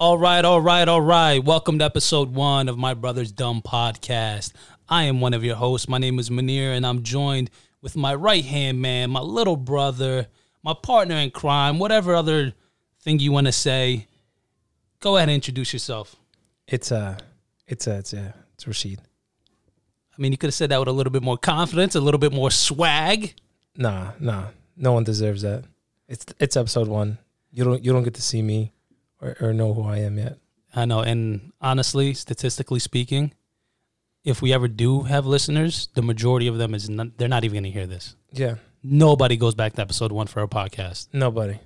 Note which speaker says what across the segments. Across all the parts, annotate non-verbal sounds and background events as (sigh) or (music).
Speaker 1: All right, all right, all right. Welcome to episode one of My Brother's Dumb Podcast. I am one of your hosts. My name is Manir, and I'm joined with my right hand man, my little brother, my partner in crime, whatever other thing you want to say. Go ahead and introduce yourself.
Speaker 2: It's uh it's uh it's uh it's Rashid.
Speaker 1: I mean, you could have said that with a little bit more confidence, a little bit more swag.
Speaker 2: Nah, nah. No one deserves that. It's it's episode one. You don't you don't get to see me or, or know who I am yet.
Speaker 1: I know. And honestly, statistically speaking, if we ever do have listeners, the majority of them is not, they're not even going to hear this.
Speaker 2: Yeah.
Speaker 1: Nobody goes back to episode one for our podcast.
Speaker 2: Nobody.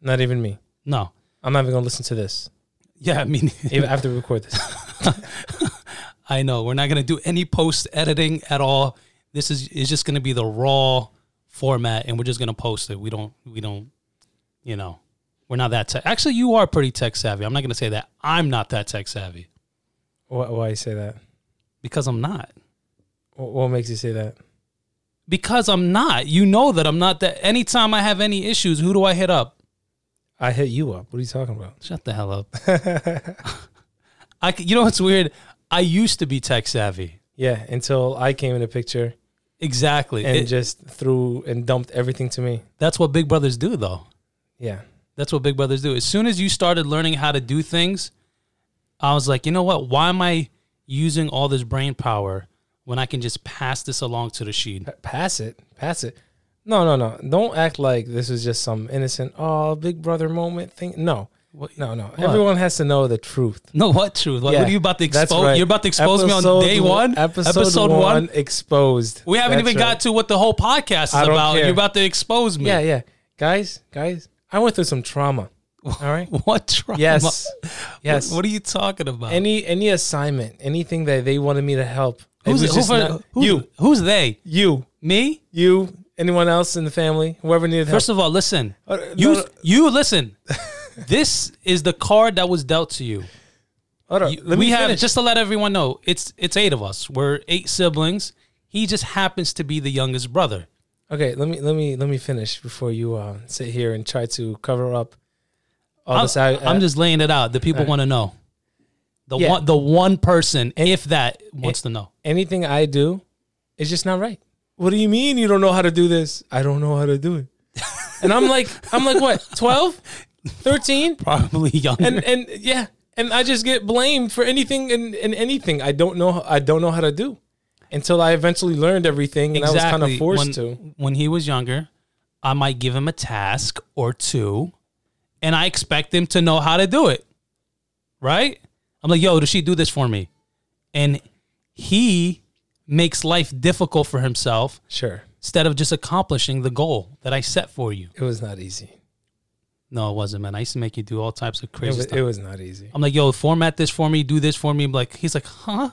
Speaker 2: Not even me.
Speaker 1: No.
Speaker 2: I'm not even gonna listen to this.
Speaker 1: Yeah, I (laughs) mean,
Speaker 2: Even after we record this.
Speaker 1: I know we're not going to do any post editing at all. This is is just going to be the raw format, and we're just going to post it. We don't, we don't, you know, we're not that tech. Actually, you are pretty tech savvy. I'm not going to say that. I'm not that tech savvy
Speaker 2: Why, why you say that?
Speaker 1: because I'm not.
Speaker 2: What, what makes you say that?
Speaker 1: Because I'm not. You know that I'm not that. Anytime I have any issues, who do I hit up?
Speaker 2: I hit you up. What are you talking about?
Speaker 1: Shut the hell up. (laughs) I, c- you know what's weird? I used to be tech savvy.
Speaker 2: Yeah, until I came in the picture
Speaker 1: Exactly.
Speaker 2: and
Speaker 1: It-
Speaker 2: just threw and dumped everything to me.
Speaker 1: that's what big brothers do, though.
Speaker 2: Yeah.
Speaker 1: That's what big brothers do. As soon as you started learning how to do things, I was like, you know what? Why am I using all this brain power when I can just pass this along to the sheet?
Speaker 2: Pa- Pass it. Pass it. No, no, no. Don't act like this is just some innocent, oh, big brother moment thing. No.
Speaker 1: What-
Speaker 2: No, no. Everyone has to know the truth.
Speaker 1: (laughs) No, what truth? Like,
Speaker 2: Yeah,
Speaker 1: what are you about to
Speaker 2: that's
Speaker 1: expose?
Speaker 2: right.
Speaker 1: You're about to expose me on
Speaker 2: Episode
Speaker 1: day
Speaker 2: w-
Speaker 1: one?
Speaker 2: Episode, one, exposed.
Speaker 1: We haven't
Speaker 2: That's
Speaker 1: even
Speaker 2: right.
Speaker 1: got to what the whole podcast is
Speaker 2: I don't
Speaker 1: about.
Speaker 2: care.
Speaker 1: You're about to expose me.
Speaker 2: Yeah, yeah. Guys, guys, I went through some trauma. All right.
Speaker 1: (laughs) What trauma?
Speaker 2: Yes.
Speaker 1: Yes.
Speaker 2: Yes.
Speaker 1: What, what are you talking about?
Speaker 2: any any assignment, anything that they wanted me to help. it
Speaker 1: who's,
Speaker 2: was
Speaker 1: who,
Speaker 2: just
Speaker 1: for-
Speaker 2: not-
Speaker 1: who's-
Speaker 2: you,
Speaker 1: who's they?
Speaker 2: you,
Speaker 1: Me?
Speaker 2: you, anyone else in the family, whoever needed help.
Speaker 1: First of all, listen.
Speaker 2: Uh, no,
Speaker 1: you
Speaker 2: no.
Speaker 1: you
Speaker 2: (laughs)
Speaker 1: listen. this is the card that was dealt to you.
Speaker 2: Hold on,
Speaker 1: You-
Speaker 2: let
Speaker 1: we
Speaker 2: me
Speaker 1: have
Speaker 2: finish.
Speaker 1: just to let everyone know, it's it's eight of us. We're eight siblings. He just happens to be the youngest brother.
Speaker 2: Okay, let me let me let me finish before you uh, sit here and try to cover up all
Speaker 1: I'm,
Speaker 2: this. Oh, I, uh,
Speaker 1: I'm just laying it out. The people want to know. The
Speaker 2: Yeah.
Speaker 1: one the one person, if that, wants to know.
Speaker 2: anything I do is just not right. What do you mean you don't know how to do this? I don't know how to (laughs) do it. and I'm like, I'm like, what, 12, 13?
Speaker 1: Probably (laughs) younger.
Speaker 2: And, and yeah. And I just get blamed for anything and, and anything I don't know. I don't know how to do until I eventually learned everything. And I was kind of
Speaker 1: when,
Speaker 2: forced to.
Speaker 1: When he was younger, I might give him a task or two, and I expect him to know how to do it. Right? I'm like, yo, does she do this for me? And he makes life difficult for himself
Speaker 2: Sure.
Speaker 1: instead of just accomplishing the goal that I set for you.
Speaker 2: It was not easy.
Speaker 1: No, it wasn't, man. I used to make you do all types of
Speaker 2: It
Speaker 1: crazy
Speaker 2: was,
Speaker 1: stuff.
Speaker 2: it was not easy.
Speaker 1: I'm like, yo, format this for me, do this for me. I'm like, he's like, huh?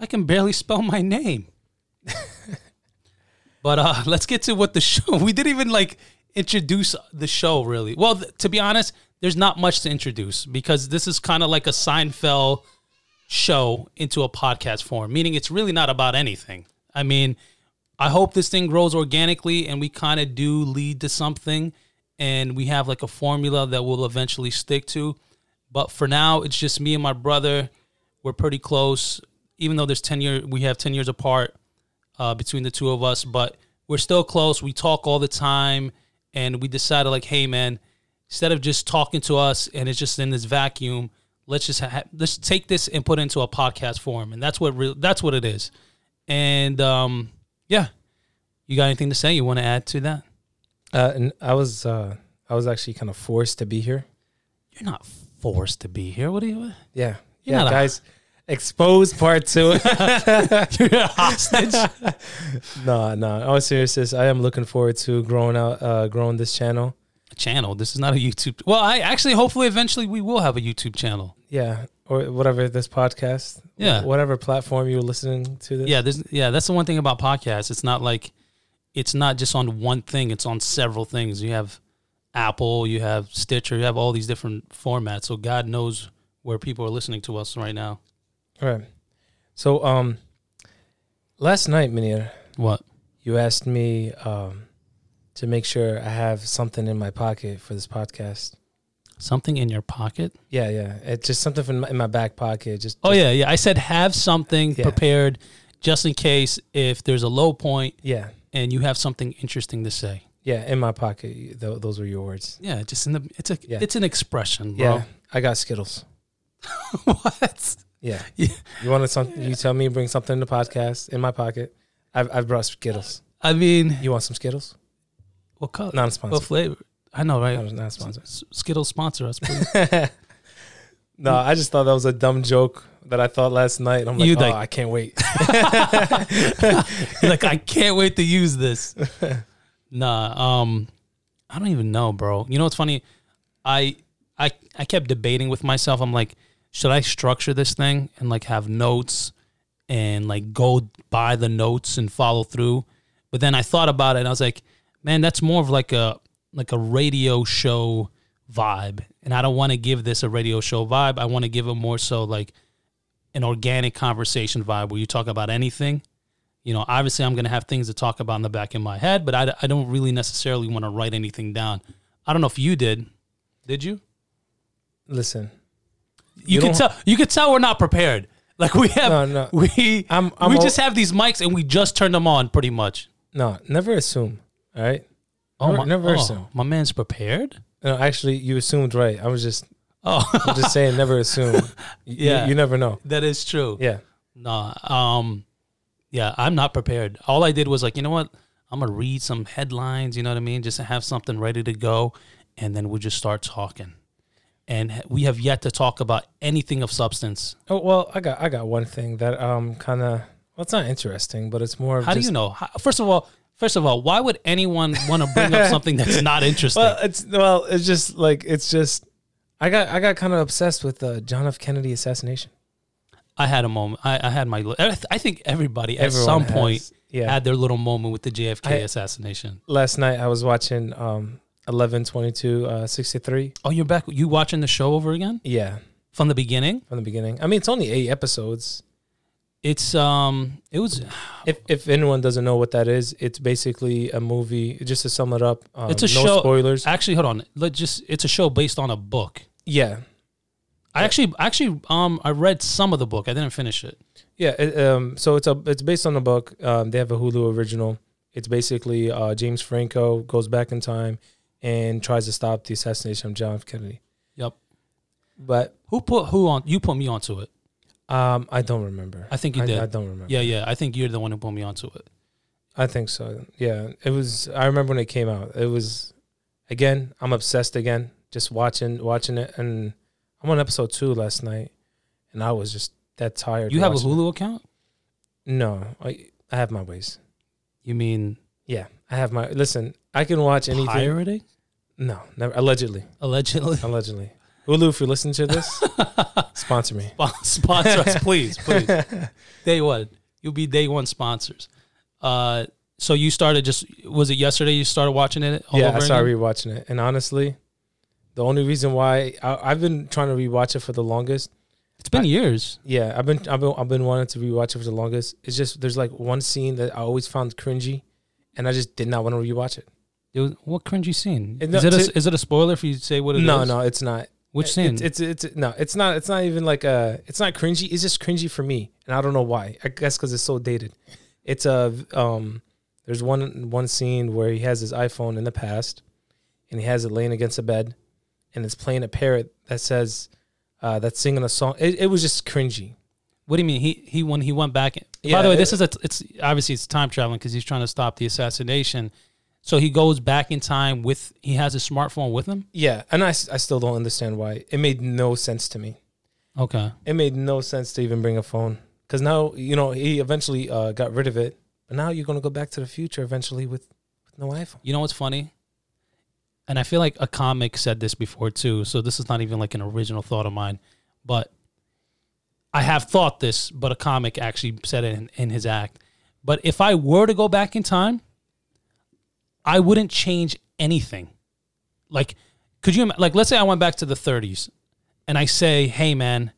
Speaker 1: I can barely spell my name. but uh, let's get to what the show. (laughs) We didn't even like introduce the show really. Well, th- to be honest, there's not much to introduce because this is kind of like a Seinfeld show into a podcast form, meaning it's really not about anything. I mean, I hope this thing grows organically and we kind of do lead to something and we have like a formula that we'll eventually stick to. But for now, it's just me and my brother. We're pretty close, even though there's 10 year we have 10 years apart uh, between the two of us, but we're still close. We talk all the time and we decided like, hey man, instead of just talking to us and it's just in this vacuum, let's just ha- let's take this and put it into a podcast form. And that's what real that's what it is. And um, yeah. You got anything to say? You want to add to that?
Speaker 2: Uh, and I was, uh, I was actually kind of forced to be here.
Speaker 1: You're not forced to be here. What are you?
Speaker 2: Yeah.
Speaker 1: You're
Speaker 2: yeah,
Speaker 1: not a-
Speaker 2: guys. Expose part two.
Speaker 1: You're (laughs) (laughs) a hostage.
Speaker 2: (laughs) no, no. All seriousness, I am looking forward to growing out, uh, growing this channel.
Speaker 1: channel. This is not a YouTube. Well, I actually, hopefully, eventually, we will have a YouTube channel.
Speaker 2: Yeah, or whatever this podcast.
Speaker 1: Yeah.
Speaker 2: whatever platform you're listening to this.
Speaker 1: Yeah, there's yeah. That's the one thing about podcasts. It's not like it's not just on one thing. It's on several things. You have Apple, you have Stitcher, you have all these different formats. So God knows where people are listening to us right now.
Speaker 2: All right. So, um, last night, Munir,
Speaker 1: What?
Speaker 2: you asked me um to make sure I have something in my pocket for this podcast.
Speaker 1: Something in your pocket?
Speaker 2: Yeah, yeah. It's just something from my, in my back pocket. Just
Speaker 1: Oh yeah, yeah. I said have something
Speaker 2: Yeah.
Speaker 1: prepared just in case if there's a low point
Speaker 2: yeah,
Speaker 1: and you have something interesting to say.
Speaker 2: yeah. In my pocket. Tho- those were your words.
Speaker 1: Yeah, just in the it's a
Speaker 2: Yeah.
Speaker 1: it's an expression,
Speaker 2: Yeah,
Speaker 1: bro.
Speaker 2: I got Skittles.
Speaker 1: (laughs) what?
Speaker 2: (laughs) Yeah.
Speaker 1: Yeah.
Speaker 2: You wanted something? You tell me you bring something in the podcast in my pocket. I've, I've brought Skittles.
Speaker 1: I mean,
Speaker 2: You want some Skittles?
Speaker 1: what color?
Speaker 2: Non-sponsored.
Speaker 1: What flavor? I know, right?
Speaker 2: Not, not sponsored.
Speaker 1: S- Skittles sponsor us. please.
Speaker 2: no, I just thought that was a dumb joke that I thought last night. I'm like,
Speaker 1: You
Speaker 2: oh,
Speaker 1: like-
Speaker 2: I can't wait.
Speaker 1: You're like I can't wait to use this. Nah, um, I don't even know, bro. You know what's funny? I I I kept debating with myself. I'm like, should I structure this thing and like have notes and like go buy the notes and follow through? But then I thought about it and I was like, man, that's more of like a like a radio show vibe. And I don't want to give this a radio show vibe. I want to give it more so like an organic conversation vibe where you talk about anything you know obviously i'm going to have things to talk about in the back of my head but i, I don't really necessarily want to write anything down i don't know if you did did you
Speaker 2: Listen,
Speaker 1: you,
Speaker 2: You
Speaker 1: could
Speaker 2: don't-
Speaker 1: tell you could tell we're not prepared like we have
Speaker 2: No, no.
Speaker 1: we
Speaker 2: I'm- I'm
Speaker 1: we
Speaker 2: o-
Speaker 1: just have these mics and we just turned them on pretty much
Speaker 2: no, never assume. All right.
Speaker 1: oh
Speaker 2: Never-
Speaker 1: my,
Speaker 2: never
Speaker 1: oh,
Speaker 2: assume.
Speaker 1: my man's prepared
Speaker 2: No, actually, you assumed right. I was just,
Speaker 1: oh (laughs)
Speaker 2: I'm just saying, never (laughs) assume. You-
Speaker 1: Yeah.
Speaker 2: You, you never know.
Speaker 1: that is true
Speaker 2: Yeah.
Speaker 1: Nah, um, yeah, I'm not prepared. All I did was like, you know what? I'm gonna read some headlines. You know what I mean? Just to have something ready to go, and then we'll just start talking. And ha- we have yet to talk about anything of substance.
Speaker 2: Oh well, I got I got one thing that um kind of well, it's not interesting, but it's more. Of
Speaker 1: How do
Speaker 2: just-
Speaker 1: you know? How, first of all, first of all, why would anyone want to bring up something that's (laughs) not interesting?
Speaker 2: Well, it's well, it's just like it's just. I got I got kind of obsessed with the John F. Kennedy assassination.
Speaker 1: I had a moment. I, I had my. li- I th- I think everybody at
Speaker 2: Everyone
Speaker 1: some
Speaker 2: has-
Speaker 1: point
Speaker 2: yeah.
Speaker 1: had their little moment with the JFK
Speaker 2: I-
Speaker 1: assassination.
Speaker 2: Last night I was watching um eleven twenty two uh, sixty three.
Speaker 1: Oh, you're back. You watching the show over again
Speaker 2: Yeah,
Speaker 1: from the beginning?
Speaker 2: from the beginning. I mean, it's only eight episodes.
Speaker 1: It's um. It was.
Speaker 2: If if anyone doesn't know what that is, it's basically a movie. Just to sum it up, um,
Speaker 1: It's a
Speaker 2: no
Speaker 1: show-
Speaker 2: spoilers.
Speaker 1: Actually, hold on. Let just it's a show based on a book.
Speaker 2: yeah,
Speaker 1: I actually actually um I read some of the book. I didn't finish it.
Speaker 2: Yeah, it, um, so it's a it's based on a book. Um, they have a Hulu original. It's basically uh, James Franco goes back in time and tries to stop the assassination of John F. Kennedy.
Speaker 1: Yep.
Speaker 2: But
Speaker 1: Who put who on you put me onto it?
Speaker 2: um, I don't remember.
Speaker 1: I think you
Speaker 2: I,
Speaker 1: did.
Speaker 2: I don't remember.
Speaker 1: yeah, yeah. I think you're the one who put me onto it.
Speaker 2: I think so. Yeah, it was. I remember when it came out. It was again. I'm obsessed again. Just watching watching it, and I'm on episode two last night, and I was just that tired.
Speaker 1: You have a
Speaker 2: watching
Speaker 1: Hulu account?
Speaker 2: it. No, I I have my ways.
Speaker 1: You mean
Speaker 2: Yeah, I have my listen. I can watch anything.
Speaker 1: pirating?
Speaker 2: No, never. Allegedly,
Speaker 1: Allegedly.
Speaker 2: allegedly. Hulu, if you listen
Speaker 1: (laughs)
Speaker 2: to this, sponsor me.
Speaker 1: Sponsor
Speaker 2: (laughs)
Speaker 1: us, please, please. Day one. You'll be day one sponsors. Uh so you started just was it yesterday you started watching it all
Speaker 2: yeah,
Speaker 1: over
Speaker 2: I started
Speaker 1: again?
Speaker 2: rewatching it, and honestly, the only reason why I, I've been trying to rewatch it for the longest,
Speaker 1: It's been years.
Speaker 2: yeah, I've been I've been I've been wanting to rewatch it for the longest. It's just there's like one scene that I always found cringy, and I just did not want to rewatch it.
Speaker 1: It was, what cringy scene?
Speaker 2: And
Speaker 1: Is
Speaker 2: no,
Speaker 1: it, a,
Speaker 2: to-
Speaker 1: is it a spoiler if you say what it is?
Speaker 2: no, no, it's not.
Speaker 1: Which
Speaker 2: It-
Speaker 1: scene?
Speaker 2: It's, it's it's no, it's not. It's not even like a. It's not cringy. It's just cringy for me, and I don't know why. I guess because it's so dated. It's a um. There's one one scene where he has his iPhone in the past, and he has it laying against a bed, and it's playing a parrot that says, uh, that's singing a song. It, it was just cringy.
Speaker 1: What do you mean? He he when he went back. By
Speaker 2: Yeah,
Speaker 1: the way,
Speaker 2: it-
Speaker 1: this is a it's obviously it's time traveling because he's trying to stop the assassination. So he goes back in time with he has his smartphone with him.
Speaker 2: Yeah, and I, s- I still don't understand why. It made no sense to me.
Speaker 1: Okay.
Speaker 2: It made no sense to even bring a phone because now you know he eventually uh, got rid of it, but now you're gonna go back to the future eventually with, with no iPhone.
Speaker 1: You know what's funny? And I feel like a comic said this before too. So this is not even like an original thought of mine, but I have thought this, but a comic actually said it in, in his act. But if I were to go back in time, I wouldn't change anything. Like, could you ima- like let's say I went back to the 30s and I say, "Hey man,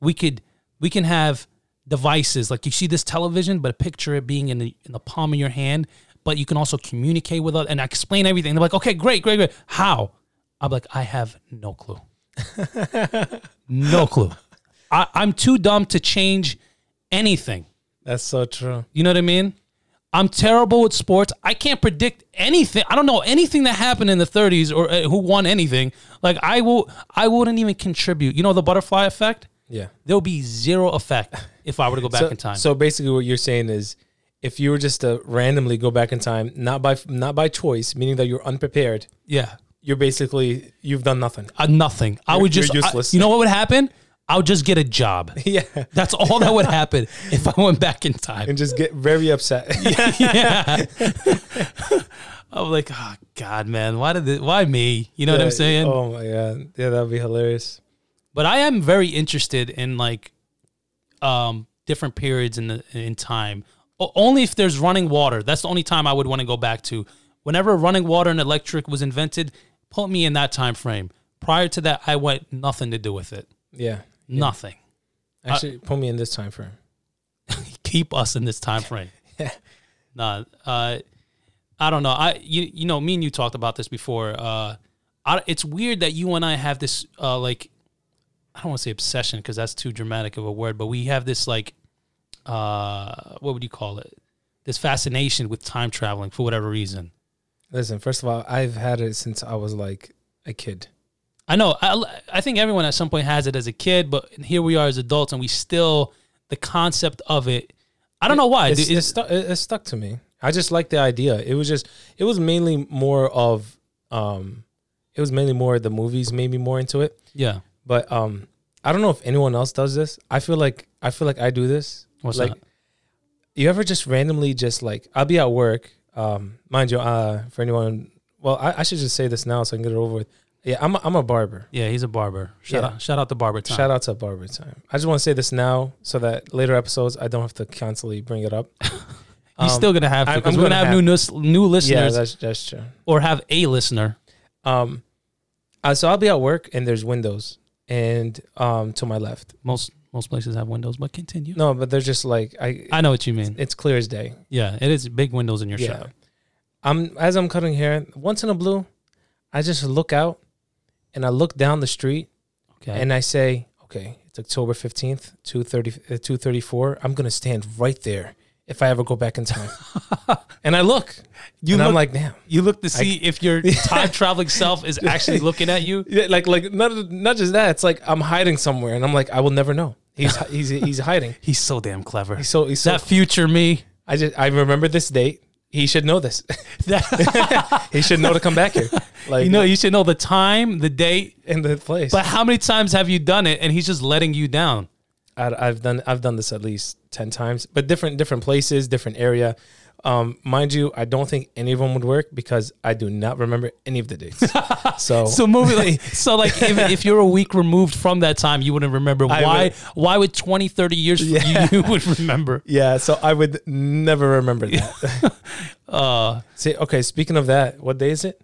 Speaker 1: we could we can have devices like you see this television, but picture it being in the in the palm of your hand, but you can also communicate with us and I explain everything." They're like, "Okay, great, great, great. How?" I'm like, I have no clue. no clue. I, I'm too dumb to change anything.
Speaker 2: That's so true.
Speaker 1: You know what I mean? I'm terrible with sports. I can't predict anything. I don't know anything that happened in the 30s or uh, who won anything. Like I will, I wouldn't even contribute. You know the butterfly effect?
Speaker 2: Yeah.
Speaker 1: There'll be zero
Speaker 2: (laughs)
Speaker 1: effect if I were to go back
Speaker 2: so,
Speaker 1: in time.
Speaker 2: so basically, what you're saying is, if you were just to randomly go back in time, not by not by choice, meaning that you're unprepared,
Speaker 1: yeah,
Speaker 2: you're basically you've done nothing. (laughs)
Speaker 1: uh, nothing. I
Speaker 2: You're-
Speaker 1: would
Speaker 2: you're
Speaker 1: just. I-
Speaker 2: useless.
Speaker 1: you know what would happen? I would just get a
Speaker 2: (laughs)
Speaker 1: job.
Speaker 2: yeah,
Speaker 1: That's all that would happen if I went back in time.
Speaker 2: and just get very upset.
Speaker 1: yeah. I'm like, oh God, man, why did it, why me? You know
Speaker 2: (laughs)
Speaker 1: what I'm saying?
Speaker 2: Oh my god, yeah, that'd be hilarious.
Speaker 1: but I am very interested in like um different periods in the in time. O- only if there's running water. That's the only time I would want to go back to. Whenever running water and electric was invented, put me in that time frame. Prior to that, I went nothing to do with it.
Speaker 2: Yeah,
Speaker 1: Nothing. Uh,
Speaker 2: actually, put me in this time frame.
Speaker 1: Keep us in this time
Speaker 2: (laughs)
Speaker 1: frame. nah, uh, I don't know. I you you know me and you talked about this before. Uh, I, it's weird that you and I have this uh like I don't want to say obsession because that's too dramatic of a word, but we have this like uh what would you call it? This fascination with time traveling for whatever reason.
Speaker 2: Listen, first of all, I've had it since I was like a kid.
Speaker 1: I know. I, I think everyone at some point has it as a kid, but here we are as adults, and we still the concept of it. I don't know why.
Speaker 2: It's,
Speaker 1: dude.
Speaker 2: it's stu- it, it stuck to me. I just like the idea. It was just it was mainly more of um, it was mainly more the movies made me more into it.
Speaker 1: yeah.
Speaker 2: But um, I don't know if anyone else does this. I feel like I feel like I do this.
Speaker 1: What's
Speaker 2: like,
Speaker 1: that?
Speaker 2: You ever just randomly just like I'll be at work. Um, mind you, uh, for anyone, well, I, I should just say this now so I can get it over with. Yeah, I'm a, I'm a barber.
Speaker 1: Yeah, he's a barber. Shout
Speaker 2: Yeah.
Speaker 1: out, shout out to barber time.
Speaker 2: Shout out to barber time. I just want to say this now so that later episodes I don't have to constantly bring it up.
Speaker 1: (laughs) He's
Speaker 2: Um,
Speaker 1: still gonna have to.
Speaker 2: I'm-
Speaker 1: 'cause
Speaker 2: I'm
Speaker 1: we're gonna,
Speaker 2: gonna
Speaker 1: have, new nus- new
Speaker 2: yeah,
Speaker 1: listeners
Speaker 2: that's that's true.
Speaker 1: or have a listener.
Speaker 2: Um, uh, so I'll be at work and there's windows and um to my left.
Speaker 1: Most most places have windows, but continue.
Speaker 2: No, but they're just like I.
Speaker 1: I know what you mean.
Speaker 2: It's clear as day.
Speaker 1: Yeah, it is big windows in your
Speaker 2: yeah.
Speaker 1: shop.
Speaker 2: I'm as I'm cutting hair. Once in a blue, I just look out and I look down the street
Speaker 1: Okay.
Speaker 2: and I say, okay, it's October fifteenth, two thirty, uh, two thirty four. I'm gonna stand right there if I ever go back in (laughs) time. and I look,
Speaker 1: you
Speaker 2: and
Speaker 1: look
Speaker 2: I'm like, damn.
Speaker 1: you look to see if
Speaker 2: (laughs)
Speaker 1: your time traveling self is actually looking at you.
Speaker 2: Yeah, like like not not just that. It's like I'm hiding somewhere, and I'm like, I will never know. (laughs) He's he's he's hiding.
Speaker 1: He's so damn clever.
Speaker 2: He's so he's so.
Speaker 1: that future me. (laughs)
Speaker 2: I just I remember this date. He should know this. (laughs) he should know to come back here. Like
Speaker 1: you know, you should know the time, the date.
Speaker 2: in the place.
Speaker 1: But how many times have you done it? And he's just letting you down.
Speaker 2: I, I've done I've done this at least ten times, but different different places, different area. Um, mind you, I don't think any of them would work because I do not remember any of the dates. so,
Speaker 1: So movie,
Speaker 2: (laughs)
Speaker 1: like, so like if, if you're a week removed from that time, you wouldn't remember
Speaker 2: I
Speaker 1: why.
Speaker 2: would-
Speaker 1: Why would 20, 30 years from
Speaker 2: Yeah.
Speaker 1: you, (laughs) you would
Speaker 2: (laughs)
Speaker 1: remember?
Speaker 2: yeah, so I would never remember that.
Speaker 1: Uh,
Speaker 2: See, okay. Speaking of that, what day is it?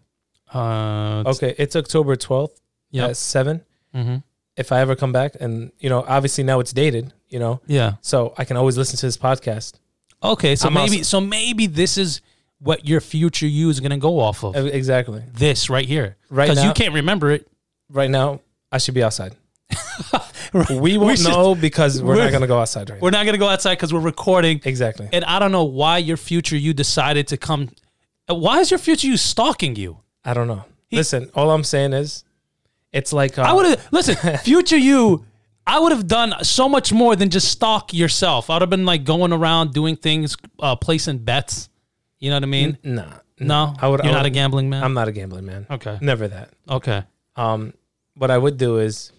Speaker 1: uh,
Speaker 2: Okay, it's October twelfth.
Speaker 1: Yep.
Speaker 2: at seven.
Speaker 1: mhm.
Speaker 2: If I ever come back, and you know, obviously now it's dated. You know,
Speaker 1: yeah.
Speaker 2: so I can always listen to this podcast.
Speaker 1: Okay, so
Speaker 2: I'm
Speaker 1: maybe
Speaker 2: also-
Speaker 1: so maybe this is what your future you is gonna go off of.
Speaker 2: E- Exactly.
Speaker 1: This right here,
Speaker 2: Right
Speaker 1: Because you
Speaker 2: now-
Speaker 1: can't remember it.
Speaker 2: Right now, I should be outside. We won't know because we're,
Speaker 1: we're-
Speaker 2: not gonna go outside right now.
Speaker 1: We're not gonna go outside because we're recording,
Speaker 2: Exactly.
Speaker 1: and I don't know why your future you decided to come. Uh, Why is your future you stalking you?
Speaker 2: I don't know. Listen, all I'm saying is, it's like uh,
Speaker 1: I would have listen,
Speaker 2: (laughs)
Speaker 1: future you. I would have done so much more than just stalk yourself. I'd have been like going around doing things, uh, placing bets. You know what I mean?
Speaker 2: uh, nah.
Speaker 1: No,
Speaker 2: I would- I
Speaker 1: You're not
Speaker 2: would-
Speaker 1: a gambling man.
Speaker 2: I'm not a gambling man.
Speaker 1: okay.
Speaker 2: Never that.
Speaker 1: Okay.
Speaker 2: Um, what I would do is,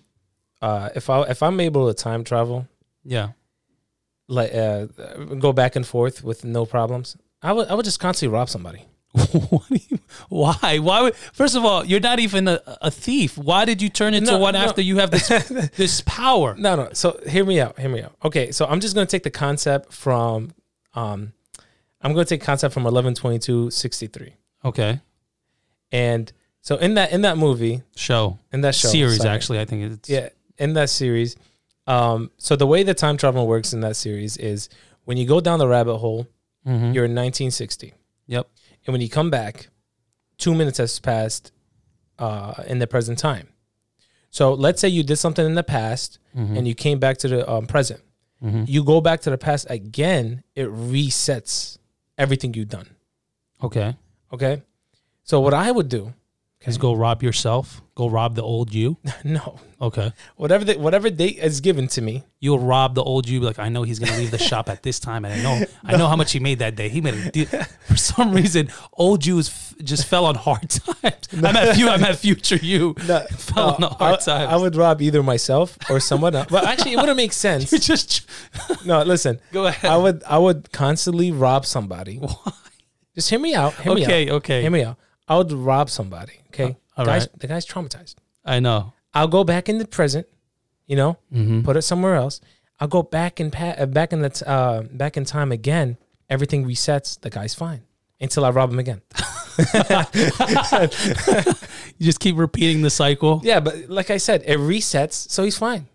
Speaker 2: uh, if I if I'm able to time travel, (laughs)
Speaker 1: Yeah.
Speaker 2: like uh, go back and forth with no problems, I would I would just constantly rob somebody.
Speaker 1: What do you- why? Why would? First of all, you're not even a, a thief. Why did you turn into
Speaker 2: No,
Speaker 1: one
Speaker 2: no.
Speaker 1: after you have
Speaker 2: (laughs)
Speaker 1: this this power?
Speaker 2: No, no. So hear me out. Hear me out. Okay, so I'm just gonna take the concept from, um, I'm gonna take concept from 112263,
Speaker 1: Okay,
Speaker 2: and so in that in that movie
Speaker 1: show
Speaker 2: in that show
Speaker 1: series
Speaker 2: sorry.
Speaker 1: actually. I think it's
Speaker 2: Yeah, in that series. Um, so the way that time travel works in that series is when you go down the rabbit hole,
Speaker 1: Mhm.
Speaker 2: you're in 1960,
Speaker 1: Yep.
Speaker 2: and when you come back, two minutes has passed uh, in the present time. So let's say you did something in the past and you came back to the um, present. You go back to the past again, it resets everything you've done.
Speaker 1: Okay.
Speaker 2: Okay. So what I would do, (laughs)
Speaker 1: Just go rob yourself. Go rob the old you.
Speaker 2: no,
Speaker 1: Okay.
Speaker 2: whatever the, whatever date is given to me,
Speaker 1: You'll rob the old you. be Like I know he's gonna leave the shop at this time, and I know I know how much he made that day. He made a deal. For some reason, old you is f- just fell on hard (laughs) times. I'm at few. I'm at future
Speaker 2: (laughs)
Speaker 1: you. (laughs) fell on the Oh, hard
Speaker 2: I,
Speaker 1: times.
Speaker 2: I
Speaker 1: (laughs)
Speaker 2: would rob either myself or someone else. But actually, it wouldn't make sense.
Speaker 1: You just
Speaker 2: No, listen.
Speaker 1: (laughs) go ahead.
Speaker 2: I would I would constantly rob somebody. Just hear me out. Hear me
Speaker 1: okay.
Speaker 2: out.
Speaker 1: Okay. Uh,
Speaker 2: Hear me out. I would rob somebody. Okay.
Speaker 1: all
Speaker 2: Guys,
Speaker 1: right.
Speaker 2: the guy's traumatized.
Speaker 1: I know.
Speaker 2: I'll go back in the present. You know,
Speaker 1: Mm-hmm.
Speaker 2: put it somewhere else. I'll go back in pa- uh, back in the t- uh, back in time again. Everything resets. The guy's fine until I rob him
Speaker 1: (laughs)
Speaker 2: again. (laughs)
Speaker 1: You just keep repeating the cycle.
Speaker 2: Yeah, but like I said, it resets, so he's fine.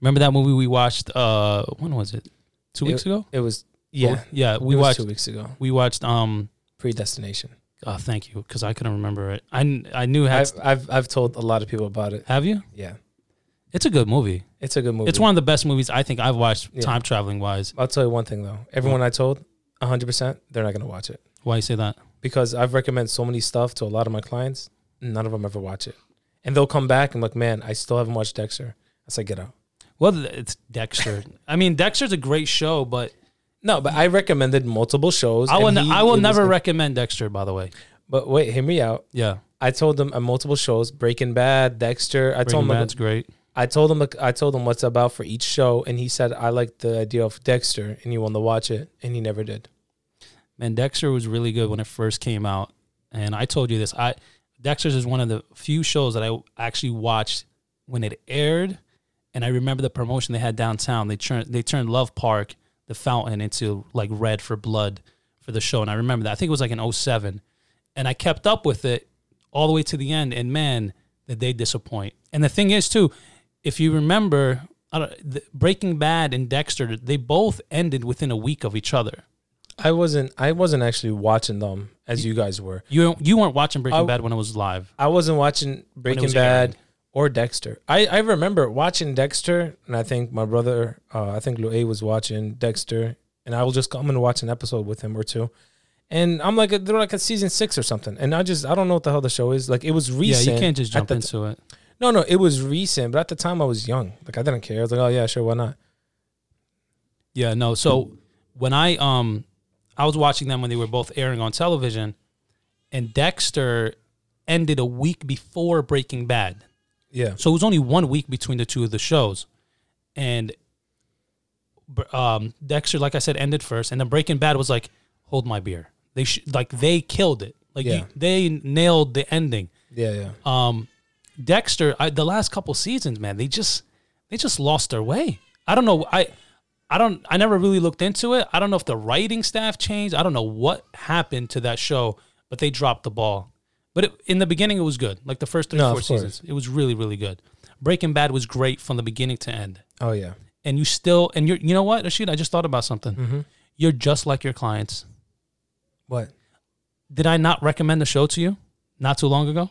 Speaker 1: Remember that movie we watched? Uh, when was it? Two weeks
Speaker 2: it,
Speaker 1: ago.
Speaker 2: It was yeah.
Speaker 1: Yeah.
Speaker 2: We
Speaker 1: We
Speaker 2: it was
Speaker 1: watched.
Speaker 2: two weeks ago.
Speaker 1: We watched. Um.
Speaker 2: Predestination.
Speaker 1: Oh, thank you, because I couldn't remember it. I kn- I knew had.
Speaker 2: I've, I've I've told a lot of people about it.
Speaker 1: have you?
Speaker 2: Yeah,
Speaker 1: It's a good movie.
Speaker 2: it's a good movie.
Speaker 1: It's one of the best movies I think I've watched
Speaker 2: Yeah.
Speaker 1: time traveling wise.
Speaker 2: I'll tell you one thing though. Everyone I told, 100%, they're not going to watch it
Speaker 1: Why you say that?
Speaker 2: because I've recommended so many stuff to a lot of my clients. None of them ever watch it. And they'll come back and like, man, I still haven't watched Dexter. I said, get out.
Speaker 1: Well, th- it's Dexter. I mean, Dexter's a great show,
Speaker 2: (laughs)
Speaker 1: but
Speaker 2: No, but I recommended multiple shows.
Speaker 1: I will
Speaker 2: and
Speaker 1: n-
Speaker 2: he-
Speaker 1: I
Speaker 2: it
Speaker 1: will
Speaker 2: was
Speaker 1: never
Speaker 2: good.
Speaker 1: recommend Dexter. By the way,
Speaker 2: but wait, hear me out.
Speaker 1: yeah,
Speaker 2: I told them at multiple shows, Breaking Bad, Dexter. I told
Speaker 1: Breaking
Speaker 2: them,
Speaker 1: Bad's great.
Speaker 2: I told him, I told him what's about for each show, and he said, I like the idea of Dexter, and he wanted to watch it, and he never did.
Speaker 1: Man, Dexter was really good when it first came out, and I told you this. I Dexter's is one of the few shows that I actually watched when it aired, and I remember the promotion they had downtown. They turned they turned Love Park, the fountain, into like red for blood for the show, and I remember that. I think it was like an 07. and I kept up with it all the way to the end. And man, did they disappoint! And the thing is, too, if you remember, I don't, the Breaking Bad and Dexter, they both ended within a week of each other.
Speaker 2: I wasn't, I wasn't actually watching them as you guys were.
Speaker 1: You you weren't watching Breaking
Speaker 2: I-
Speaker 1: Bad when it was live.
Speaker 2: I wasn't watching Breaking
Speaker 1: was
Speaker 2: Bad
Speaker 1: airing.
Speaker 2: or Dexter. I, I remember watching Dexter, and I think my brother, uh, I think Louis was watching Dexter, and I will just come and watch an episode with him or two. And I'm like, they're like at season six or something, and I just I don't know what the hell the show is. Like it was recent.
Speaker 1: Yeah, you can't just
Speaker 2: at
Speaker 1: jump
Speaker 2: the-
Speaker 1: into it.
Speaker 2: No, no, it was recent, but at the time I was young. Like I didn't care. I was like, oh yeah, sure, why not?
Speaker 1: Yeah, no. So when I um I was watching them when they were both airing on television, and Dexter ended a week before Breaking Bad.
Speaker 2: Yeah,
Speaker 1: So it was only one week between the two of the shows, and br- um, Dexter, like I said, ended first, and then Breaking Bad was like, "Hold my beer." They sh- like they killed it. Like
Speaker 2: Yeah.
Speaker 1: you, they nailed the ending.
Speaker 2: yeah, yeah.
Speaker 1: Um, Dexter, I, the last couple seasons, man, they just they just lost their way. I don't know. I I don't. I never really looked into it. I don't know if the writing staff changed. I don't know what happened to that show, but they dropped the ball. But it, in the beginning, it was good. Like the first three,
Speaker 2: No,
Speaker 1: four
Speaker 2: of course.
Speaker 1: seasons, it was really, really good. Breaking Bad was great from the beginning to end.
Speaker 2: Oh yeah.
Speaker 1: And you still, and you're, you know what, Rashid? I just thought about something.
Speaker 2: Mm-hmm.
Speaker 1: You're just like your clients.
Speaker 2: What?
Speaker 1: Did I not recommend the show to you not too long ago?